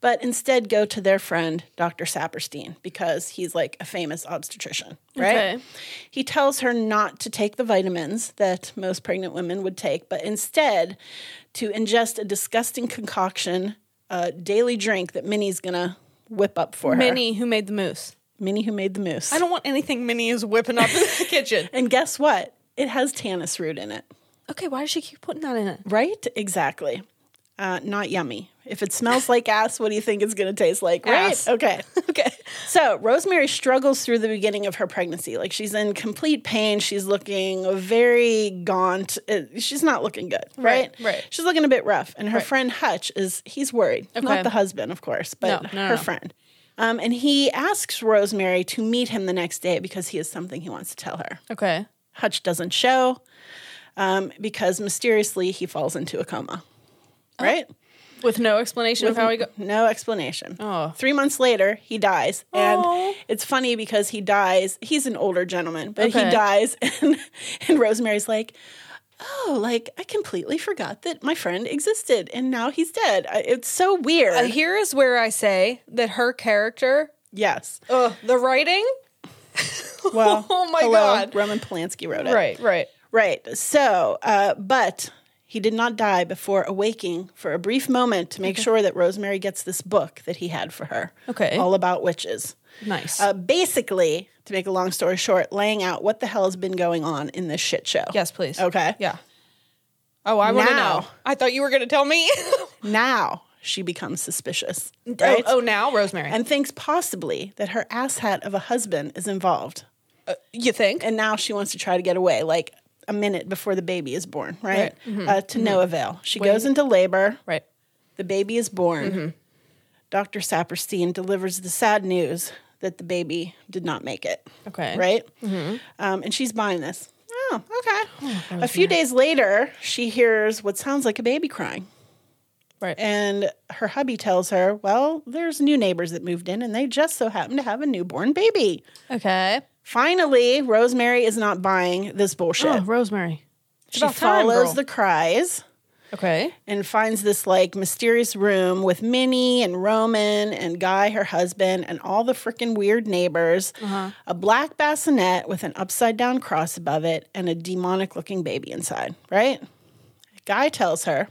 but instead go to their friend, Dr. Saperstein, because he's like a famous obstetrician, right? Okay. He tells her not to take the vitamins that most pregnant women would take, but instead to ingest a disgusting concoction, a daily drink that Minnie's gonna whip up for her. Minnie, who made the moose? Minnie who made the moose. I don't want anything Minnie is whipping up in the kitchen. and guess what? It has tannis root in it. Okay, why does she keep putting that in it? Right? Exactly. Uh, not yummy. If it smells like ass, what do you think it's going to taste like? Right? Ass. Okay. Okay. So Rosemary struggles through the beginning of her pregnancy. Like she's in complete pain. She's looking very gaunt. Uh, She's not looking good, right? Right, right. She's looking a bit rough. And her friend Hutch is, he's worried. Okay. Not the husband, of course, but No, no, no, her no. friend. Um, and he asks Rosemary to meet him the next day because he has something he wants to tell her. Okay. Hutch doesn't show um, because mysteriously he falls into a coma. Right? With no explanation of Oh. how he go. No explanation. Oh. Three months later, he dies. And Oh. it's funny because he dies. He's an older gentleman, but Okay. he dies. And, and Rosemary's like, oh, like I completely forgot that my friend existed and now he's dead. I, it's so weird. Uh, here is where I say that her character, yes. uh, the writing. Well, Oh my hello, God. Roman Polanski wrote it. Right, right. Right. So, uh, but he did not die before awaking for a brief moment to make sure that Rosemary gets this book that he had for her. Okay. All about witches. Nice. Uh, basically, to make a long story short, laying out what the hell has been going on in this shit show. yes, please. Okay. Yeah. Oh, I want to Now. know. I thought you were going to tell me. Now she becomes suspicious. Right? Oh, oh, now Rosemary. And thinks possibly that her asshat of a husband is involved. you think? and now she wants to try to get away like a minute before the baby is born right, Mm-hmm. Uh, to no avail she goes into labor right. the baby is born Mm-hmm. dr saperstein delivers the sad news that the baby did not make it Okay. Mm-hmm. right um, and she's buying this oh okay a few days later she hears what sounds like a baby crying Right. and her hubby tells her well there's new neighbors that moved in and they just so happen to have a newborn baby okay. Finally, Rosemary is not buying this bullshit. Oh, Rosemary. she about time, follows girl. the cries Okay. and finds this like mysterious room with Minnie and Roman and Guy, her husband, and all the freaking weird neighbors. Uh-huh. A black bassinet with an upside down cross above it and a demonic looking baby inside, right? Guy tells her,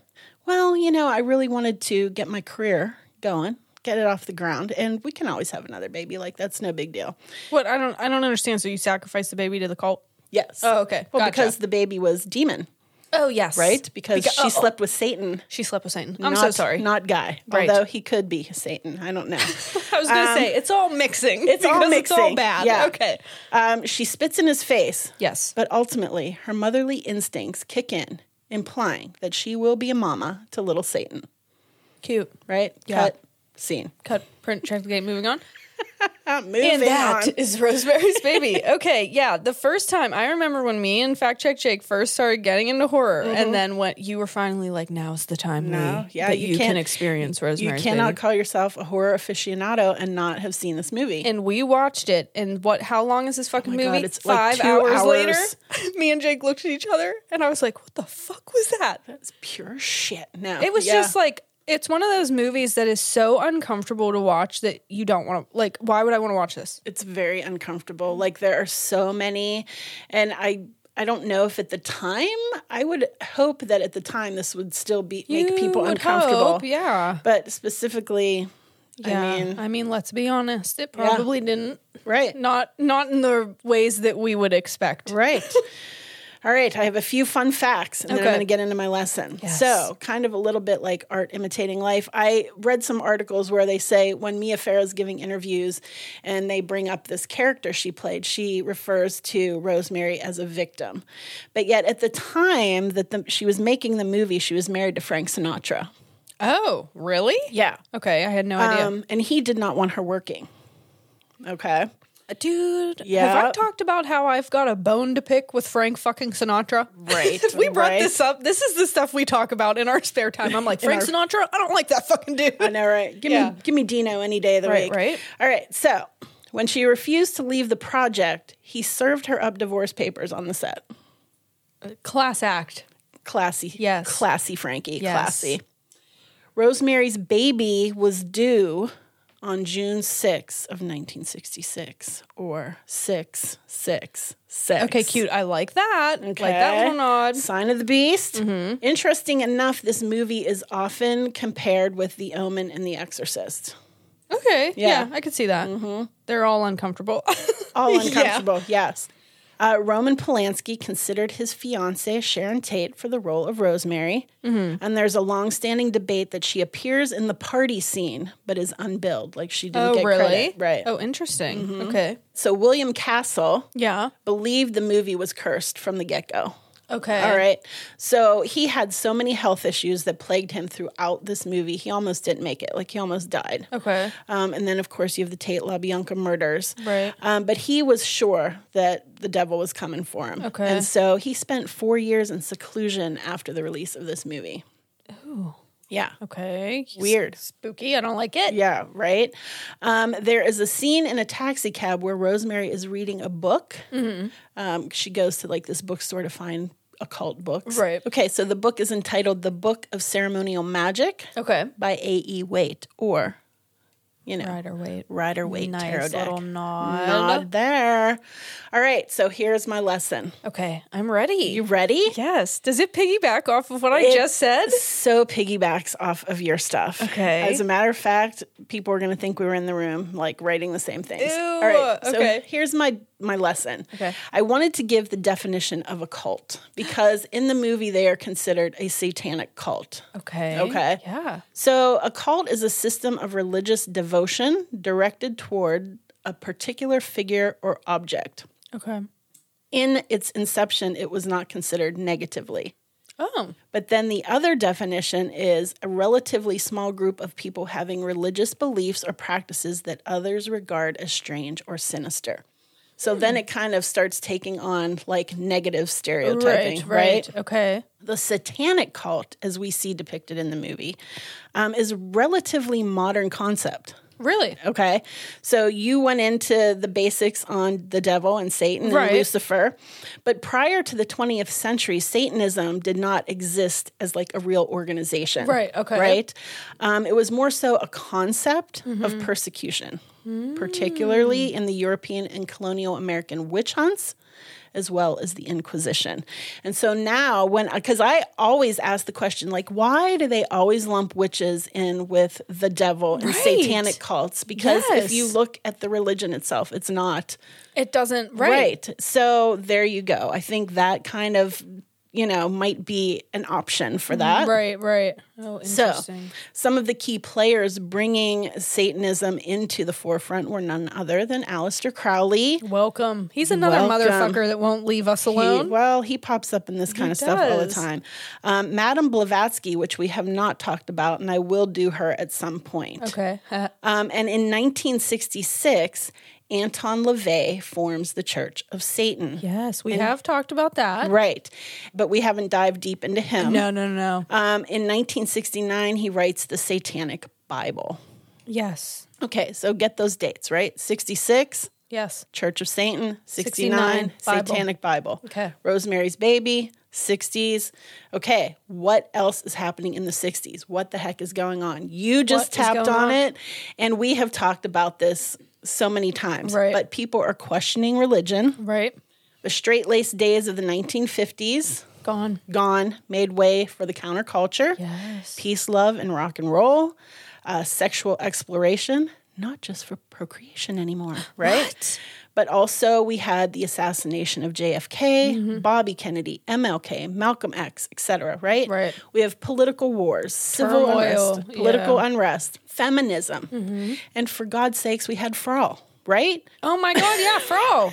Well, you know, I really wanted to get my career going, get it off the ground, and we can always have another baby. Like, that's no big deal. What I don't I don't understand. So you sacrifice the baby to the cult? Yes. Oh, okay. Well, Gotcha. because the baby was demon. Oh yes. right? Because Beca- she oh, oh. slept with Satan. She slept with Satan. I'm not, so sorry. Not Guy. Right. Although he could be Satan. I don't know. I was gonna say it's all mixing. um, It's all It's all mixing. bad. Yeah. Okay. um, she spits in his face. Yes. But ultimately, her motherly instincts kick in, implying that she will be a mama to little Satan. Cute. Right? Yeah. Cut. Scene. Cut. Print. Check the gate. Moving on. Uh, moving And that on. is Rosemary's Baby. Okay, yeah. The first time I remember when me and Fact Check Jake first started getting into horror, and then when you were finally like, "Now's the time, No, Lee, Mm-hmm. yeah, that you you, can can't- experience You Rosemary's cannot Baby." call yourself a horror aficionado and not have seen this movie. And we watched it, and what? How long is this fucking Oh my God, movie? it's like two hours. later, me and Jake looked at each other, and I was like, "What the fuck was that?" it's pure shit. No. It was Yeah. just like it's one of those movies that is so uncomfortable to watch that you don't want to. Like, why would I want to watch this? it's very uncomfortable like there are so many and i i don't know if at the time i would hope that at the time this would still be make people would uncomfortable hope, yeah. but specifically Yeah. i mean let's be honest. It probably didn't. right Not not in the ways that we would expect. Right. All right, I have a few fun facts and then Okay. I'm going to get into my lesson. Yes. So, kind of a little bit like art imitating life. I read some articles where they say when Mia Farrow's giving interviews and they bring up this character she played, she refers to Rosemary as a victim. But yet, at the time that the, she was making the movie, she was married to Frank Sinatra. Oh, really? Yeah. Okay, I had no idea. Um, and he did not want her working. Okay. Dude, yeah. have I talked about how I've got a bone to pick with Frank fucking Sinatra? Right, if we brought right. this up, this is the stuff we talk about in our spare time. I'm like, Frank Sinatra? I don't like that fucking dude. I know, right? Give Yeah. me give me Dino any day of the Right, week. right. All right. So when she refused to leave the project, he served her up divorce papers on the set. Class act. Classy. Yes. Classy Frankie. Yes. Classy. Rosemary's Baby was due on June 6th of 1966 or 666. Okay, cute. I like that. Like that Mm-hmm. Okay. little nod. Sign of the Beast. Interesting enough, this movie is often compared with The Omen and The Exorcist. Okay. Yeah, Yeah. Mm-hmm. I could see that. They're all uncomfortable. All Yeah. uncomfortable, yes. Uh, Roman Polanski considered his fiancee Sharon Tate for the role of Rosemary, Mm-hmm. and there's a long-standing debate that she appears in the party scene but is unbilled, like she didn't oh, get really? credit, right? Mm-hmm. Oh, interesting. Okay. So William Castle Yeah. believed the movie was cursed from the get-go. Okay. All right. So he had so many health issues that plagued him throughout this movie. He almost didn't make it. Like he almost died. Okay. Um, and then, of course, you have the Tate LaBianca murders. Right. Um, but he was sure that the devil was coming for him. Okay. And so he spent four years in seclusion after the release of this movie. Ooh. Yeah. Okay. Weird. Spooky. I don't like it. Yeah, right. Um, there is a scene in a taxi cab where Rosemary is reading a book. Mm-hmm. Um, she goes to like this bookstore to find occult books. Right. Okay, so the book is entitled "The Book of Ceremonial Magic" Okay. by A. E. Waite, or you know, Rider wait. Rider Waite nice Tarot Deck. little nod. Nod there. All right, so here's my lesson. Okay, I'm ready. You ready? yes. Does it piggyback off of what I It- just said? so piggybacks off of your stuff. Okay. As a matter of fact, people are going to think we were in the room, like writing the same things. Ew, All right. So okay. here's my my lesson. Okay. I wanted to give the definition of a cult because in the movie they are considered a satanic cult. Okay. Okay. Yeah. So a cult is a system of religious devotion directed toward a particular figure or object. Okay. In its inception, it was not considered negatively. Oh. But then the other definition is a relatively small group of people having religious beliefs or practices that others regard as strange or sinister. So then it kind of starts taking on like negative stereotyping, right? Okay. The satanic cult, as we see depicted in the movie, um, is a relatively modern concept. Really? Okay. So you went into the basics on the devil and Satan Right. and Lucifer. But prior to the 20th century, Satanism did not exist as like a real organization. Right, okay. Right. Um, it was more so a concept Mm-hmm. of persecution, Mm. particularly in the European and colonial American witch hunts. As well as the Inquisition. And so now, when, because I always ask the question, like, why do they always lump witches in with the devil and Right. satanic cults? Because Yes. if you look at the religion itself, it's not It doesn't. Right. right. So there you go. I think that kind of, you know, might be an option for that. Right. Right. Oh, So, interesting. some of the key players bringing Satanism into the forefront were none other than Aleister Crowley. Welcome. He's another Welcome. motherfucker that won't leave us He- alone. well, he pops up in this kind of stuff all the does. time. Um, Madame Blavatsky, which we have not talked about, and I will do her at some point. okay. Um, and in 1966, Anton LaVey forms the Church of Satan. yes, we have talked about that. Right. But we haven't dived deep into him. No, no, no. Um, in 1969, he writes the Satanic Bible. Yes. Okay, so get those dates, right? 66, Yes. Church of Satan, 69, 69, Bible. Satanic Bible. Okay. Rosemary's Baby, 60s. Okay, what else is happening in the 60s? What the heck is going on? You just What is tapped going on, on? it, and we have talked about this so many times. Right. But people are questioning religion. Right. The straight laced days of the 1950s, Gone. gone, made way for the counterculture Yes. peace, love, and rock and roll, uh, sexual exploration, not just for procreation anymore, right? But also, we had the assassination of JFK, Mm-hmm. Bobby Kennedy, MLK, Malcolm X, etc. Right? Right. We have political wars, civil Turmoil, unrest, political yeah. Mm-hmm. unrest, feminism, and for God's sakes, we had Frall. Right? Oh my God. Yeah. Fro.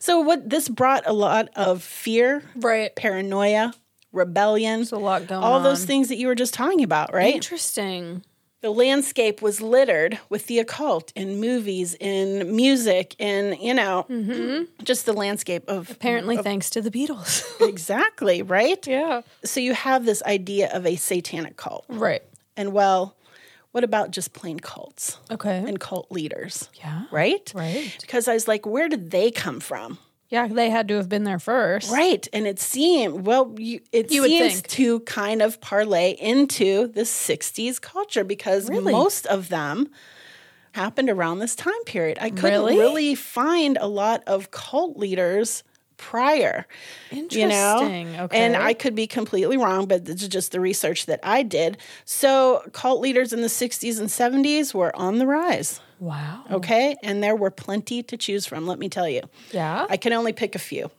So, what this brought a lot of fear, right. paranoia, rebellion, There's a lot going all on. those things that you were just talking about, right? Interesting. the landscape was littered with the occult in movies, in music, in, you know, Mm-hmm. just the landscape of. Apparently, thanks to the Beatles. Exactly, right? yeah. So you have this idea of a satanic cult. Right. And well, what about just plain cults Okay. and cult leaders? yeah. Right? Right. Because I was like, where did they come from? Yeah, they had to have been there first. Right. And it seemed, well, you, it You would seems think. to kind of parlay into the 60s culture because Really? most of them happened around this time period. I couldn't Really? really, find a lot of cult leaders prior. You know? Interesting. Okay. And I could be completely wrong, but this is just the research that I did. So, cult leaders in the 60s and 70s were on the rise. Wow. Okay. And there were plenty to choose from, let me tell you. Yeah. I can only pick a few. All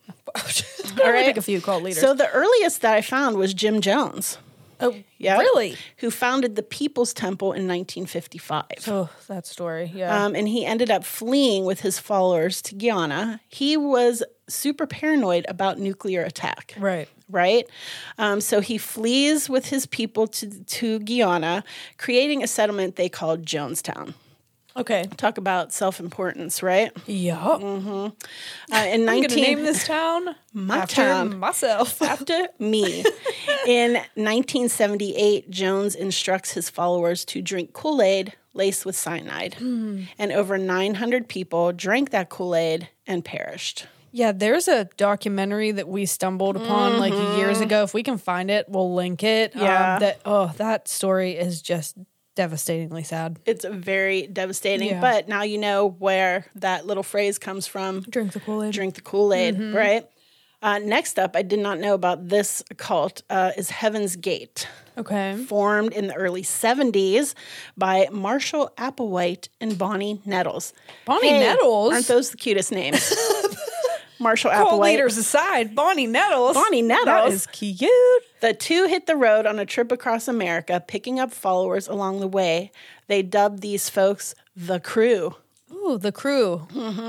right. Pick a few cult leaders. So the earliest that I found was Jim Jones. oh, Yeah. Really? Who founded the People's Temple in 1955. Oh, that story. Yeah. Um, and he ended up fleeing with his followers to Guyana. He was super paranoid about nuclear attack right. right? Um, so he flees with his people to, to Guyana, creating a settlement they called Jonestown. Okay. Talk about self importance, right? Yup. Uh, in I'm gonna 19- name this town My after town. myself. after me. In 1978, Jones instructs his followers to drink Kool Aid laced with cyanide. Mm. And over 900 people drank that Kool Aid and perished. Yeah, there's a documentary that we stumbled upon like years ago. If we can find it, we'll link it. Yeah. that oh, that story is just devastatingly sad. It's very devastating, Yeah. but now you know where that little phrase comes from Drink the Mm-hmm. Kool Aid. drink the Kool Aid, right? Uh, next up, I did not know about this cult, uh, is Heaven's Gate, Okay. formed in the early 70s by Marshall Applewhite and Bonnie Nettles. Bonnie Nettles? Aren't those the cutest names? Marshall Cult Applewhite. leaders aside, Bonnie Nettles. Bonnie That Nettles. is cute. The two hit the road on a trip across America, picking up followers along the way. They dubbed these folks the crew. Ooh, the crew.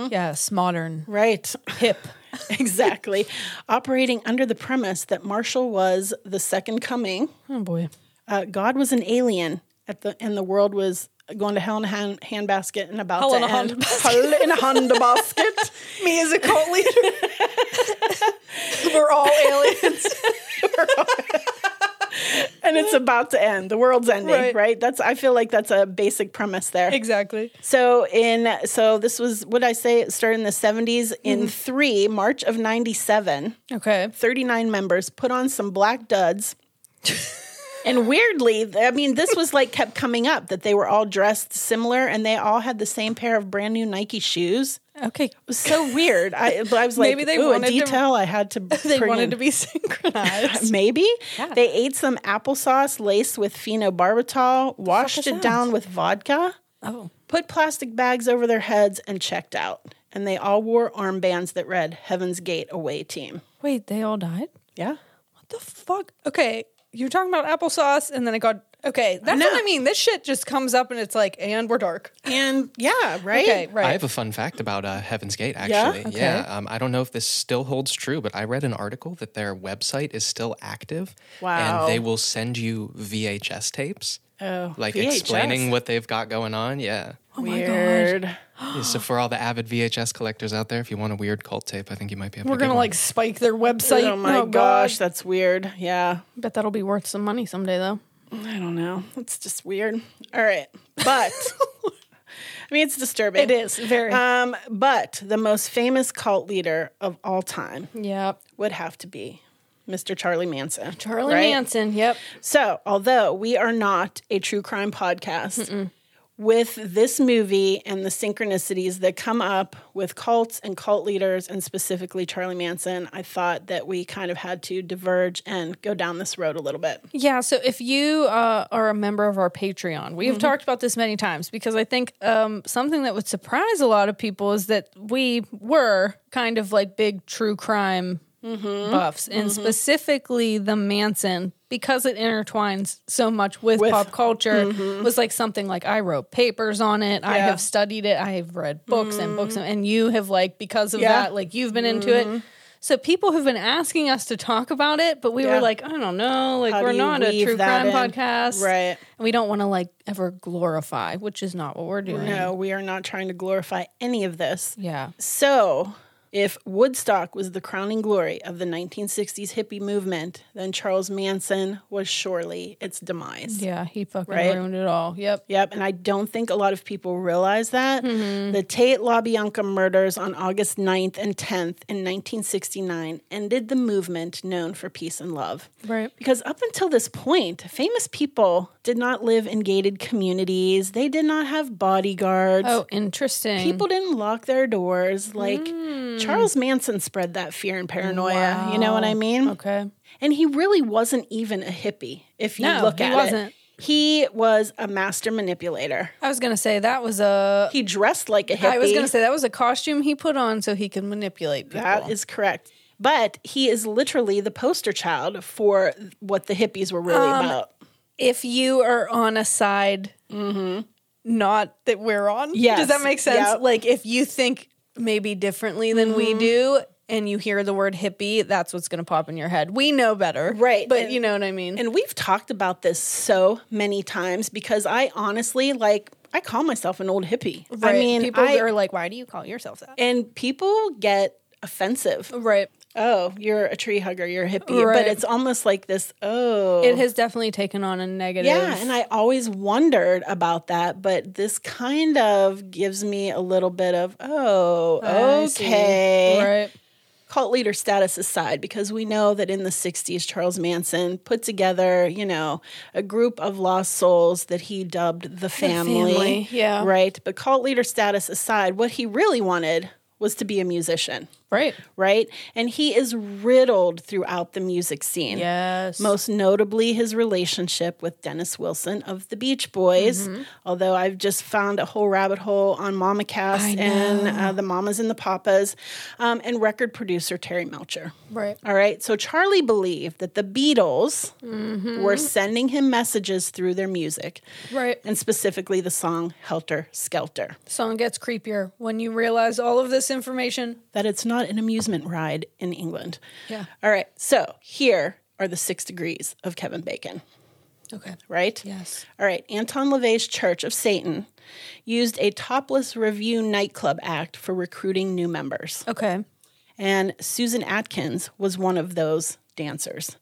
Yes, modern, Right. hip. exactly. Operating under the premise that Marshall was the second coming. Oh boy. uh, God was an alien at the and the world was going to hell in a hand, handbasket and about Hell to in a end. Hell in a handbasket. Me as a cult leader. We're all aliens. and it's about to end. The world's ending, Right. right. That's I feel like that's a basic premise there. exactly. So in so this was what I say it started in the 70s Mm-hmm. in 3 March of 97. Okay. 39 members put on some black duds. and weirdly, th- I mean, this was like kept coming up that they were all dressed similar and they all had the same pair of brand new Nike shoes. Okay. It was so weird. I, I was like, Maybe they "Ooh, a wanted to- detail I had to They bring wanted in." to be synchronized. Maybe Yeah. they ate some applesauce laced with phenobarbital, washed is it down with vodka, oh. put plastic bags over their heads, and checked out. And they all wore armbands that read "Heaven's Gate Away Team." Wait, they all died? Yeah, What the fuck? Okay, you're talking about applesauce, and then it got okay. That's know. what I mean. This shit just comes up, and it's like, and we're dark. and yeah, right. Okay, I right. have a fun fact about uh, Heaven's Gate, actually. Yeah. Okay. um, I don't know if this still holds true, but I read an article that their website is still active. Wow. And they will send you VHS tapes. Oh, Like VHS. explaining what they've got going on. Yeah. Oh Weird. so, for all the avid VHS collectors out there, if you want a weird cult tape, I think you might be able We're to get gonna one. like spike their website. Oh my God. gosh, that's weird. Yeah. Bet that'll be worth some money someday, though. I don't know. It's just weird. All right. But I mean it's disturbing. It is very. Um, but the most famous cult leader of all time yeah, would have to be Mr. Charlie Manson. Charlie right? Manson. Yep. So, although we are not a true crime podcast, with this movie and the synchronicities that come up with cults and cult leaders, and specifically Charlie Manson, I thought that we kind of had to diverge and go down this road a little bit. Yeah, so if you uh, are a member of our Patreon, we have Mm-hmm. talked about this many times because I think um, something that would surprise a lot of people is that we were kind of like big true crime Mm-hmm. buffs, and specifically the Manson because it intertwines so much with, pop culture. Mm-hmm. Was like something like I wrote papers on it, I have studied it, I have read books and books, and- and you have like because of Mm-hmm. Yeah. Mm-hmm. that, like you've been into it. So people have been asking us to talk about it, but we Yeah. were like, I don't know, like How do we're you not a weave true crime that in? podcast. Right. And we don't want to like ever glorify, which is not what we're doing. No, we are not trying to glorify any of this. Yeah. So, If Woodstock was the crowning glory of the 1960s hippie movement, then Charles Manson was surely its demise. Yeah, he fucking Right? ruined it all. Yep. Yep, and I don't think a lot of people realize that. The Tate LaBianca murders on August 9th and 10th in 1969 ended the movement known for peace and love. Right. Because up until this point, famous people did not live in gated communities, they did not have bodyguards. Oh, interesting. People didn't lock their doors. Like Mm. Charles Manson spread that fear and paranoia. You know what I mean? Okay. And he really wasn't even a hippie, if you No, look he at wasn't. it. He was a master manipulator. I was gonna say that was a. He dressed like a hippie. Oh. I was gonna say that was a costume he put on so he could manipulate people. That is correct. But he is literally the poster child for what the hippies were really Um, about. if you are on a side not that we're on Mm-hmm. Yes. does that make sense Yep. Mm-hmm. like if you think maybe differently than we do and you hear the word hippie that's what's going to pop in your head we know better Right. but And- you know what i mean And we've talked about this so many times because I honestly, like, I call myself an old hippie. I Right. mean, people I- are like why do you call yourself that and people get offensive. right Oh, you're a tree hugger, you're a hippie. Right. But it's almost like this, oh. it has definitely taken on a negative yeah, and I always wondered about that, but this kind of gives me a little bit of, oh, I see. okay. right Cult leader status aside, because we know that in the 60s, Charles Manson put together, you know, a group of lost souls that he dubbed the family. family, yeah. Right. But cult leader status aside, what he really wanted was to be a musician right right? And he is riddled throughout the music scene. yes Most notably, his relationship with Dennis Wilson of the Beach Boys. Although I've just found a whole rabbit hole on Mama Cass and uh, the Mamas and the Papas, um, and record producer Terry Melcher. right All right, so Charlie believed that the Beatles were sending him messages through their music, right and specifically the song Helter Skelter. song gets creepier when you realize all of this information that it's not an amusement ride in England. Yeah. All right. So here are the six degrees of Kevin Bacon, okay right? yes All right. Anton LaVey's Church of Satan used a topless review nightclub act for recruiting new members. okay And Susan Atkins was one of those dancers.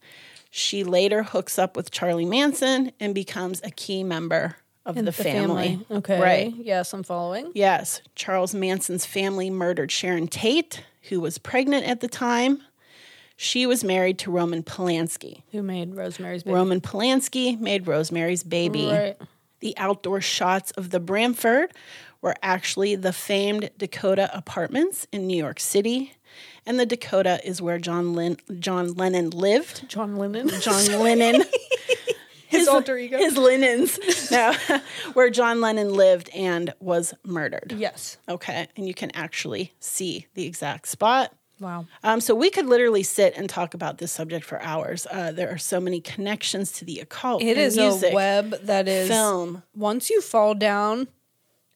She later hooks up with Charlie Manson and becomes a key member of the, family. okay Right. yes i'm following Yes, Charles Manson's family murdered Sharon Tate, who was pregnant at the time. She was married to Roman Polanski. Who made Rosemary's Baby? Roman Polanski made Rosemary's Baby. Right. The outdoor shots of the Bramford were actually the famed Dakota Apartments in New York City, and the Dakota is where John Lin- John Lennon lived. John Lennon. John Lennon. His, alter ego? His linens. No, where John Lennon lived and was murdered. yes. Okay. And you can actually see the exact spot. Wow. Um, so we could literally sit and talk about this subject for hours. Uh, there are so many connections to the occult. It and is music, a web that is film. Once you fall down,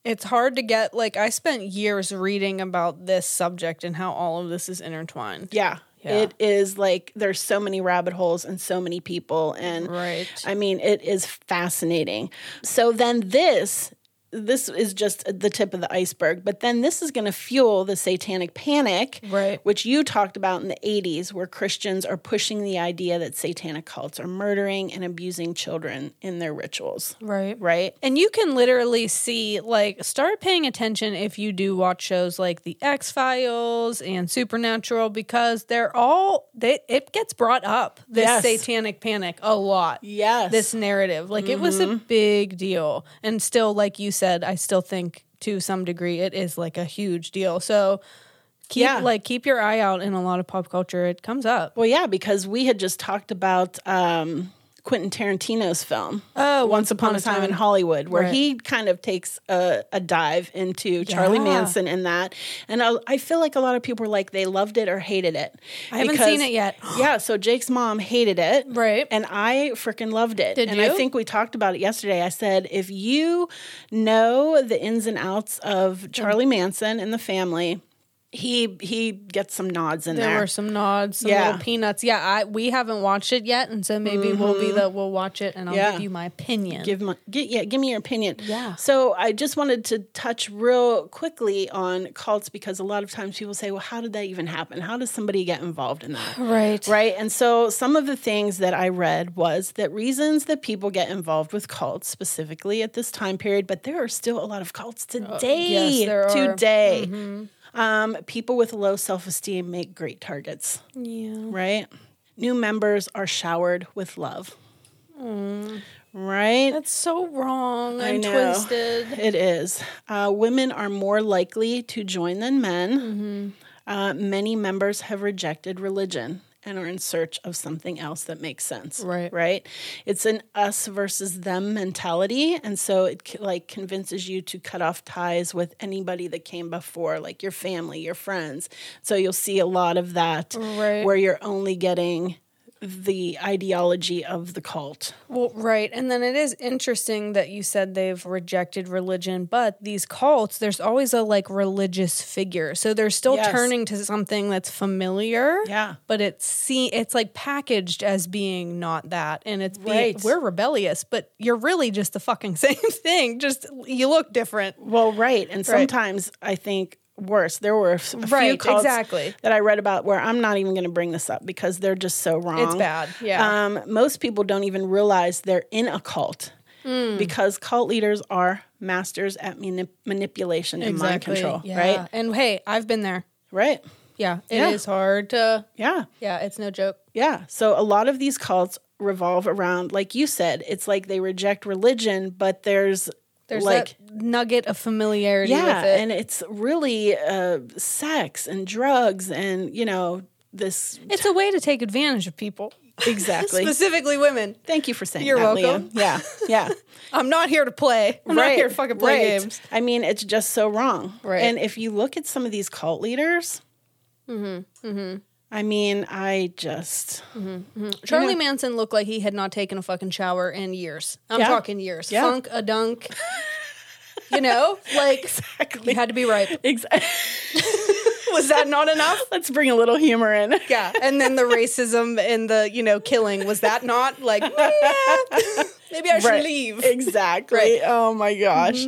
it's hard to get. Like I spent years reading about this subject and how all of this is intertwined. Yeah, Yeah. It is like there's so many rabbit holes and so many people. And Right. I mean, it is fascinating. So then this. This is just the tip of the iceberg, but then this is going to fuel the satanic panic, Right. which you talked about in the 80s, where Christians are pushing the idea that satanic cults are murdering and abusing children in their rituals, Right. right? And you can literally see, like, start paying attention if you do watch shows like The X Files and Supernatural because they're all they. It gets brought up this Yes. satanic panic a lot. Yes. this narrative. Like it was Mm-hmm. a big deal. And still, like you said, I still think to some degree it is like a huge deal. So keep Yeah. like keep your eye out in a lot of pop culture. It comes up. Well, yeah, because we had just talked about um, Quentin Tarantino's film, Oh, Once Upon a Time, in Hollywood, where Right. he kind of takes a, a dive into Charlie Yeah. Manson and that. And I, I feel like a lot of people were like, they loved it or hated it. I haven't Because- seen it yet. yeah, so Jake's mom hated it. Right. And I freaking loved it. Did and you? I think we talked about it yesterday. I said, if Mm. you know the ins and outs of Charlie Manson and the family, he he gets some nods in There, there. were some nods, some Yeah. little peanuts. Yeah, I we haven't watched it yet, and so maybe we'll be the we'll watch it and I'll Mm-hmm. Yeah. give you my opinion. give my gi- yeah, give me your opinion. Yeah. So I just wanted to touch real quickly on cults because a lot of times people say, "Well, how did that even happen? How does somebody get involved in that?" right. Right. And so some of the things that I read was that reasons that people get involved with cults specifically at this time period, but there are still a lot of cults today. Uh, yes, there are. Mm-hmm. Today. Um, people with low self esteem make great targets. Yeah. Right. New members are showered with love. Mm. Right. That's so wrong I and know. twisted. It is. Uh, women are more likely to join than men. Mm-hmm. Uh, many members have rejected religion and are in search of something else that makes sense. Right. Right. It's an us versus them mentality, and so it c- like convinces you to cut off ties with anybody that came before, like your family, your friends. So you'll see a lot of that, Right. where you're only getting the ideology of the cult. Well, right. And then it is interesting that you said they've rejected religion, but these cults, there's always a like religious figure. So they're still Yes. turning to something that's familiar. Yeah. But it's see it's like packaged as being not that. And it's being Right. we're rebellious, but you're really just the fucking same thing. Just you look different. Well, right, and sometimes I think worse. There were a f- a few Right, cults exactly. that I read about where I'm not even going to bring this up because they're just so wrong. It's bad. Yeah. Um, most people don't even realize they're in a cult Hmm. because cult leaders are masters at manip- manipulation and mind control. Yeah. Right. And hey, I've been there. Right. Yeah. it is Yeah. hard to Yeah. Yeah, it's no joke. Yeah. So a lot of these cults revolve around, like you said, it's like they reject religion, but there's There's like that nugget of familiarity yeah with it. and it's really uh, sex and drugs and you know this It's a way to take advantage of people, exactly specifically women. thank you for saying You're that welcome. Leah. yeah yeah I'm not here to play. I'm not here to fucking play right. games. i mean it's just so wrong Right. and if you look at some of these cult leaders Mm-hmm, i mean i just Charlie Manson looked like he had not taken a fucking shower in years. I'm Yeah. talking years. Yeah. Funk a dunk. you know, like you had to be ripe. exactly Was that not enough? let's bring a little humor in Yeah, and then the racism and the you know killing was that not like yeah, maybe I should Right. leave. Exactly. Right. Mm-hmm. Oh my gosh.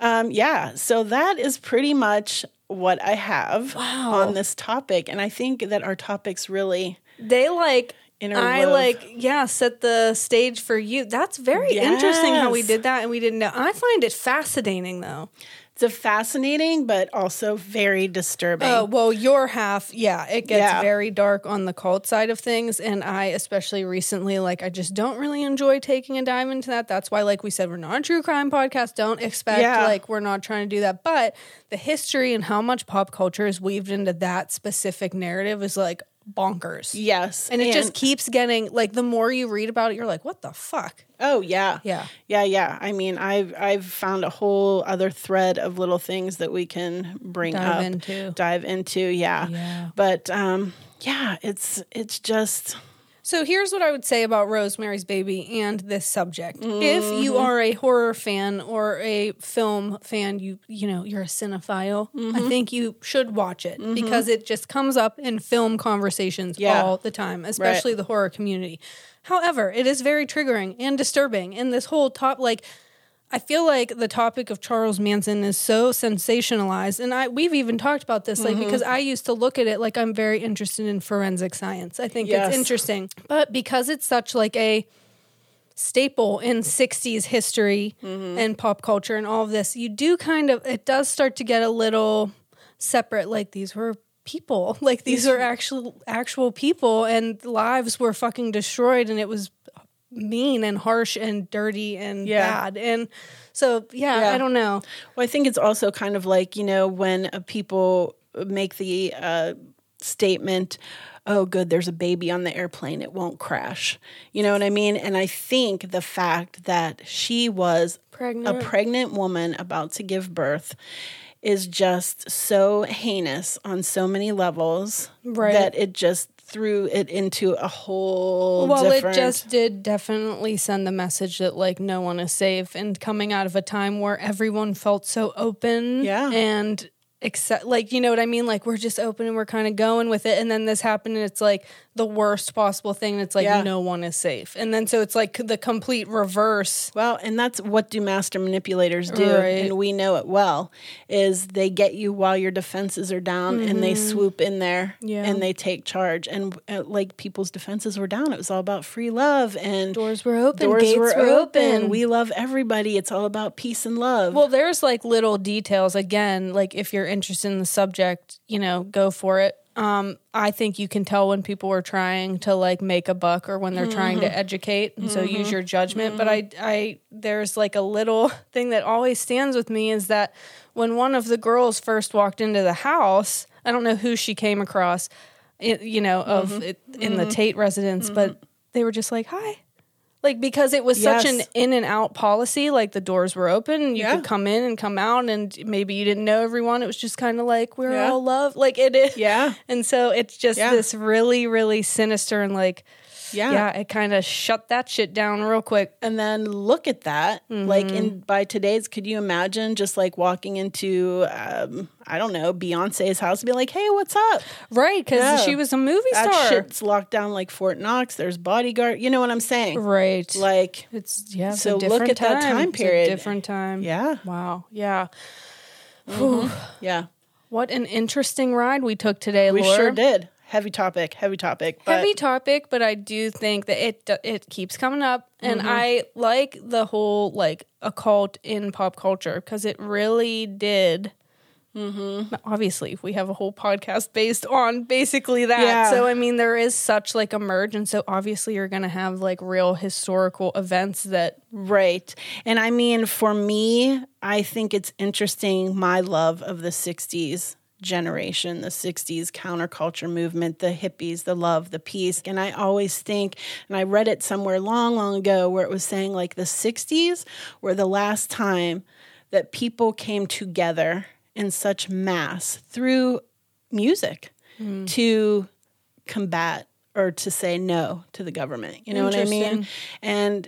Um, yeah. So that is pretty much what I have on this topic. And I think that our topics really They like Inner I love. like yeah set the stage for you. That's very interesting how we Yes. did that and we didn't know. I find it fascinating though. it's a fascinating but also very disturbing. Uh, well, your half, yeah, it gets Yeah. very dark on the cult side of things, and I especially recently, like, I just don't really enjoy taking a dive into that. That's why, like we said, we're not a true crime podcast. Don't expect Yeah. like we're not trying to do that, but the history and how much pop culture is weaved into that specific narrative is like bonkers. yes. And it just keeps getting like the more you read about it, you're like, what the fuck? Oh yeah. Yeah. Yeah, yeah. I mean, I've I've found a whole other thread of little things that we can bring Dive up into. dive into. Yeah. Yeah. But um yeah, it's it's just So here's what I would say about Rosemary's Baby and this subject. If you are a horror fan or a film fan, you you know, you're a cinephile, I think you should watch it because it just comes up in film conversations Yeah. all the time, especially the horror community. However, it is very triggering and disturbing and this whole top like I feel like the topic of Charles Manson is so sensationalized, and I we've even talked about this, Mm-hmm. like because I used to look at it like I'm very interested in forensic science. I think Yes. it's interesting, but because it's such like a staple in 60s history Mm-hmm. and pop culture and all of this you do kind of it does start to get a little separate like these were people like these were actual actual people and lives were fucking destroyed and it was mean and harsh and dirty and Yeah. bad and so yeah, Yeah. i don't know Well, I think it's also kind of like, you know, when uh, people make the uh, statement, oh, good, there's a baby on the airplane, it won't crash. You know what I mean? And I think the fact that she was Pregnant. a pregnant woman about to give birth is just so heinous on so many levels Right. that it just threw it into a whole well different it just did definitely send the message that like no one is safe and coming out of a time where everyone felt so open Yeah. and accept like you know what I mean like we're just open and we're kind of going with it and then this happened and it's like the worst possible thing and it's like Yeah. no one is safe and then so it's like the complete reverse Well, and that's what do master manipulators do, Right. and we know it well, is they get you while your defenses are down and they swoop in there Mm-hmm. Yeah. and they take charge. And uh, like people's defenses were down. It was all about free love and doors were open doors gates were were, open. open We love everybody. It's all about peace and love. Well, there's like little details. Again, like if you're interested in the subject, you know, go for it. Um, I think you can tell when people are trying to like make a buck or when they're trying to educate, and so use your judgment. But I, I, there's like a little thing that always stands with me is that when one of the girls first walked into the house, I don't know who she came across, it, you know, of it, in the Tate residence, but they were just like, "Hi." Like because it was such Yes. an in and out policy, like the doors were open, and you Yeah. could come in and come out, and maybe you didn't know everyone. It was just kind of like we're Yeah. all love, like it is. Yeah. And so it's just Yeah. this really, really sinister and like, yeah. yeah, it kind of shut that shit down real quick. And then look at that. Like, Mm-hmm. in by today's, could you imagine just like walking into, um, I don't know, Beyonce's house and be like, hey, what's up? Right? Because No. she was a movie that star. shit's locked down like Fort Knox. There's bodyguard. You know what I'm saying? Right. Like, It's yeah. It's So a look different at that time It's a period. different time. Yeah. Wow. Yeah. yeah, What an interesting ride we took today, we Laura. sure did. Heavy topic. Heavy topic. But heavy topic, but I do think that it it keeps coming up, and Mm-hmm. I like the whole like occult in pop culture because it really did. Mm-hmm. Now, Obviously, we have a whole podcast based on basically that. Yeah. So I mean, there is such like a merge, and so obviously you're going to have like real historical events that Right. And I mean, for me, I think it's interesting my love of the 60s generation, the 60s counterculture movement, the hippies, the love, the peace. And I always think, and I read it somewhere long, long ago where it was saying like the 60s were the last time that people came together in such mass through music to combat or to say no to the government. You know what I mean? And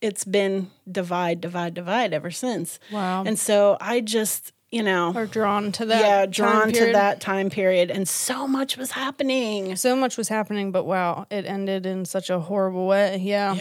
it's been divide, divide, divide ever since. Wow. And so I just, you know, are drawn to that. yeah, time drawn to period. that time period. And so much was happening. So much was happening, but wow, it ended in such a horrible way. Yeah.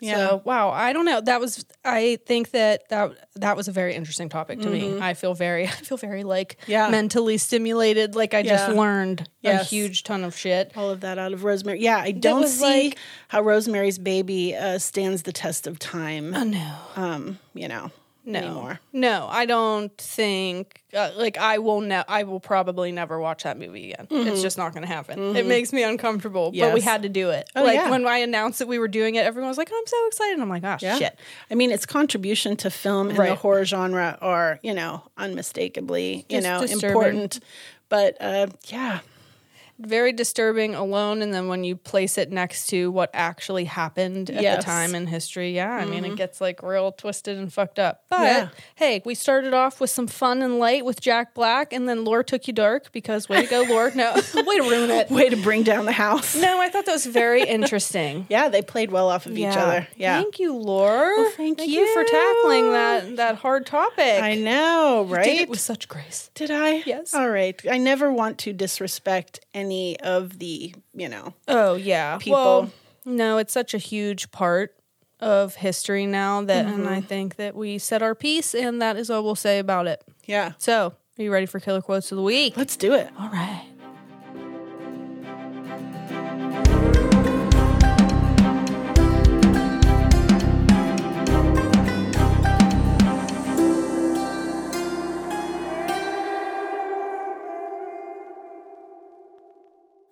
Yeah. So wow, I don't know. That was I think that that that was a very interesting topic to me. I feel very I feel very like Mm-hmm. Yeah. mentally stimulated. Like I just Yeah. learned a Yes. huge ton of shit. All of that out of Rosemary. Yeah, I don't was see like- how Rosemary's Baby uh, stands the test of time. No, Um, you know, no, anymore. no. I don't think uh, like I will. Ne- I will probably never watch that movie again. It's just not going to happen. It makes me uncomfortable. But we Mm-hmm. Yes. Oh, had to do it. like yeah. when I announced that we were doing it, everyone was like, "Oh, "I'm so excited!" I'm like, "Ah, Yeah. shit." I mean, its contribution to film and the Right. horror genre are, you know, unmistakably, you Just know, disturbing. important. But uh, yeah, very disturbing alone and then when you place it next to what actually happened at Yes. Mm-hmm. the time in history yeah i mean it gets like real twisted and fucked up but Yeah. hey we started off with some fun and light with jack black and then lore took you dark because way to go lore no way to ruin it way to bring down the house. no i thought that was very interesting Yeah, they played well off of each other. Yeah. thank you lore thank for you. tackling that that hard topic I know, right? did it with such grace Did I? Yes. All right. I never want to disrespect any of the, you know, Oh yeah. people. Well, no, it's such a huge part of history now that and I think that we said our piece and that is all we'll say about it. yeah. So, are you ready for killer quotes of the week? Let's do it. All right.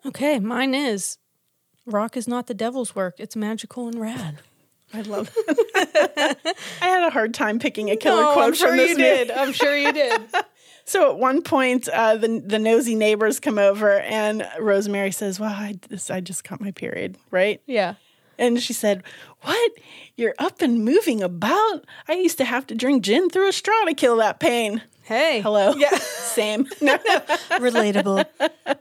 Okay, mine is rock is not the devil's work. It's magical and rad. I love it. I had a hard time picking a killer Oh, quote from this movie. I'm sure you did. So at one point, uh, the the nosy neighbors come over, and Rosemary says, "Well, I just, I just got my period, right?" yeah. And she said, "What? You're up and moving about? I used to have to drink gin through a straw to kill that pain." Hey. Hello. Yeah. Same. No. Relatable.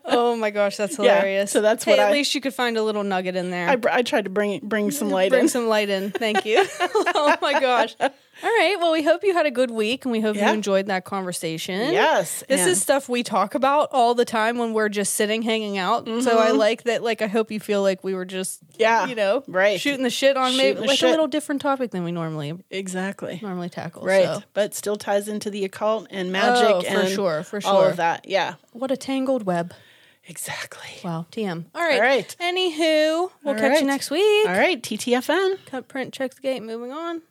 Oh my gosh, that's Yeah, hilarious. so that's Hey, what at I- least you could find a little nugget in there. I, br- I tried to bring bring some light Bring in. some light in. Thank you. oh my gosh. All right. Well, we hope you had a good week and we hope Yeah. you enjoyed that conversation. Yes, This and- is stuff we talk about all the time when we're just sitting hanging out. So I like that like I hope you feel like we were just Mm-hmm. Yeah, you know, right. shooting the shit on Shooting maybe the like shit. a little different topic than we normally exactly. normally tackle. Right, So but still ties into the occult and magic Oh, for and sure, for all sure. of that. Yeah, what a tangled web. exactly. Wow. TM. All right. All right. Anywho, we'll All catch right. you next week. All right, TTFN. Cut print, check the gate, moving on.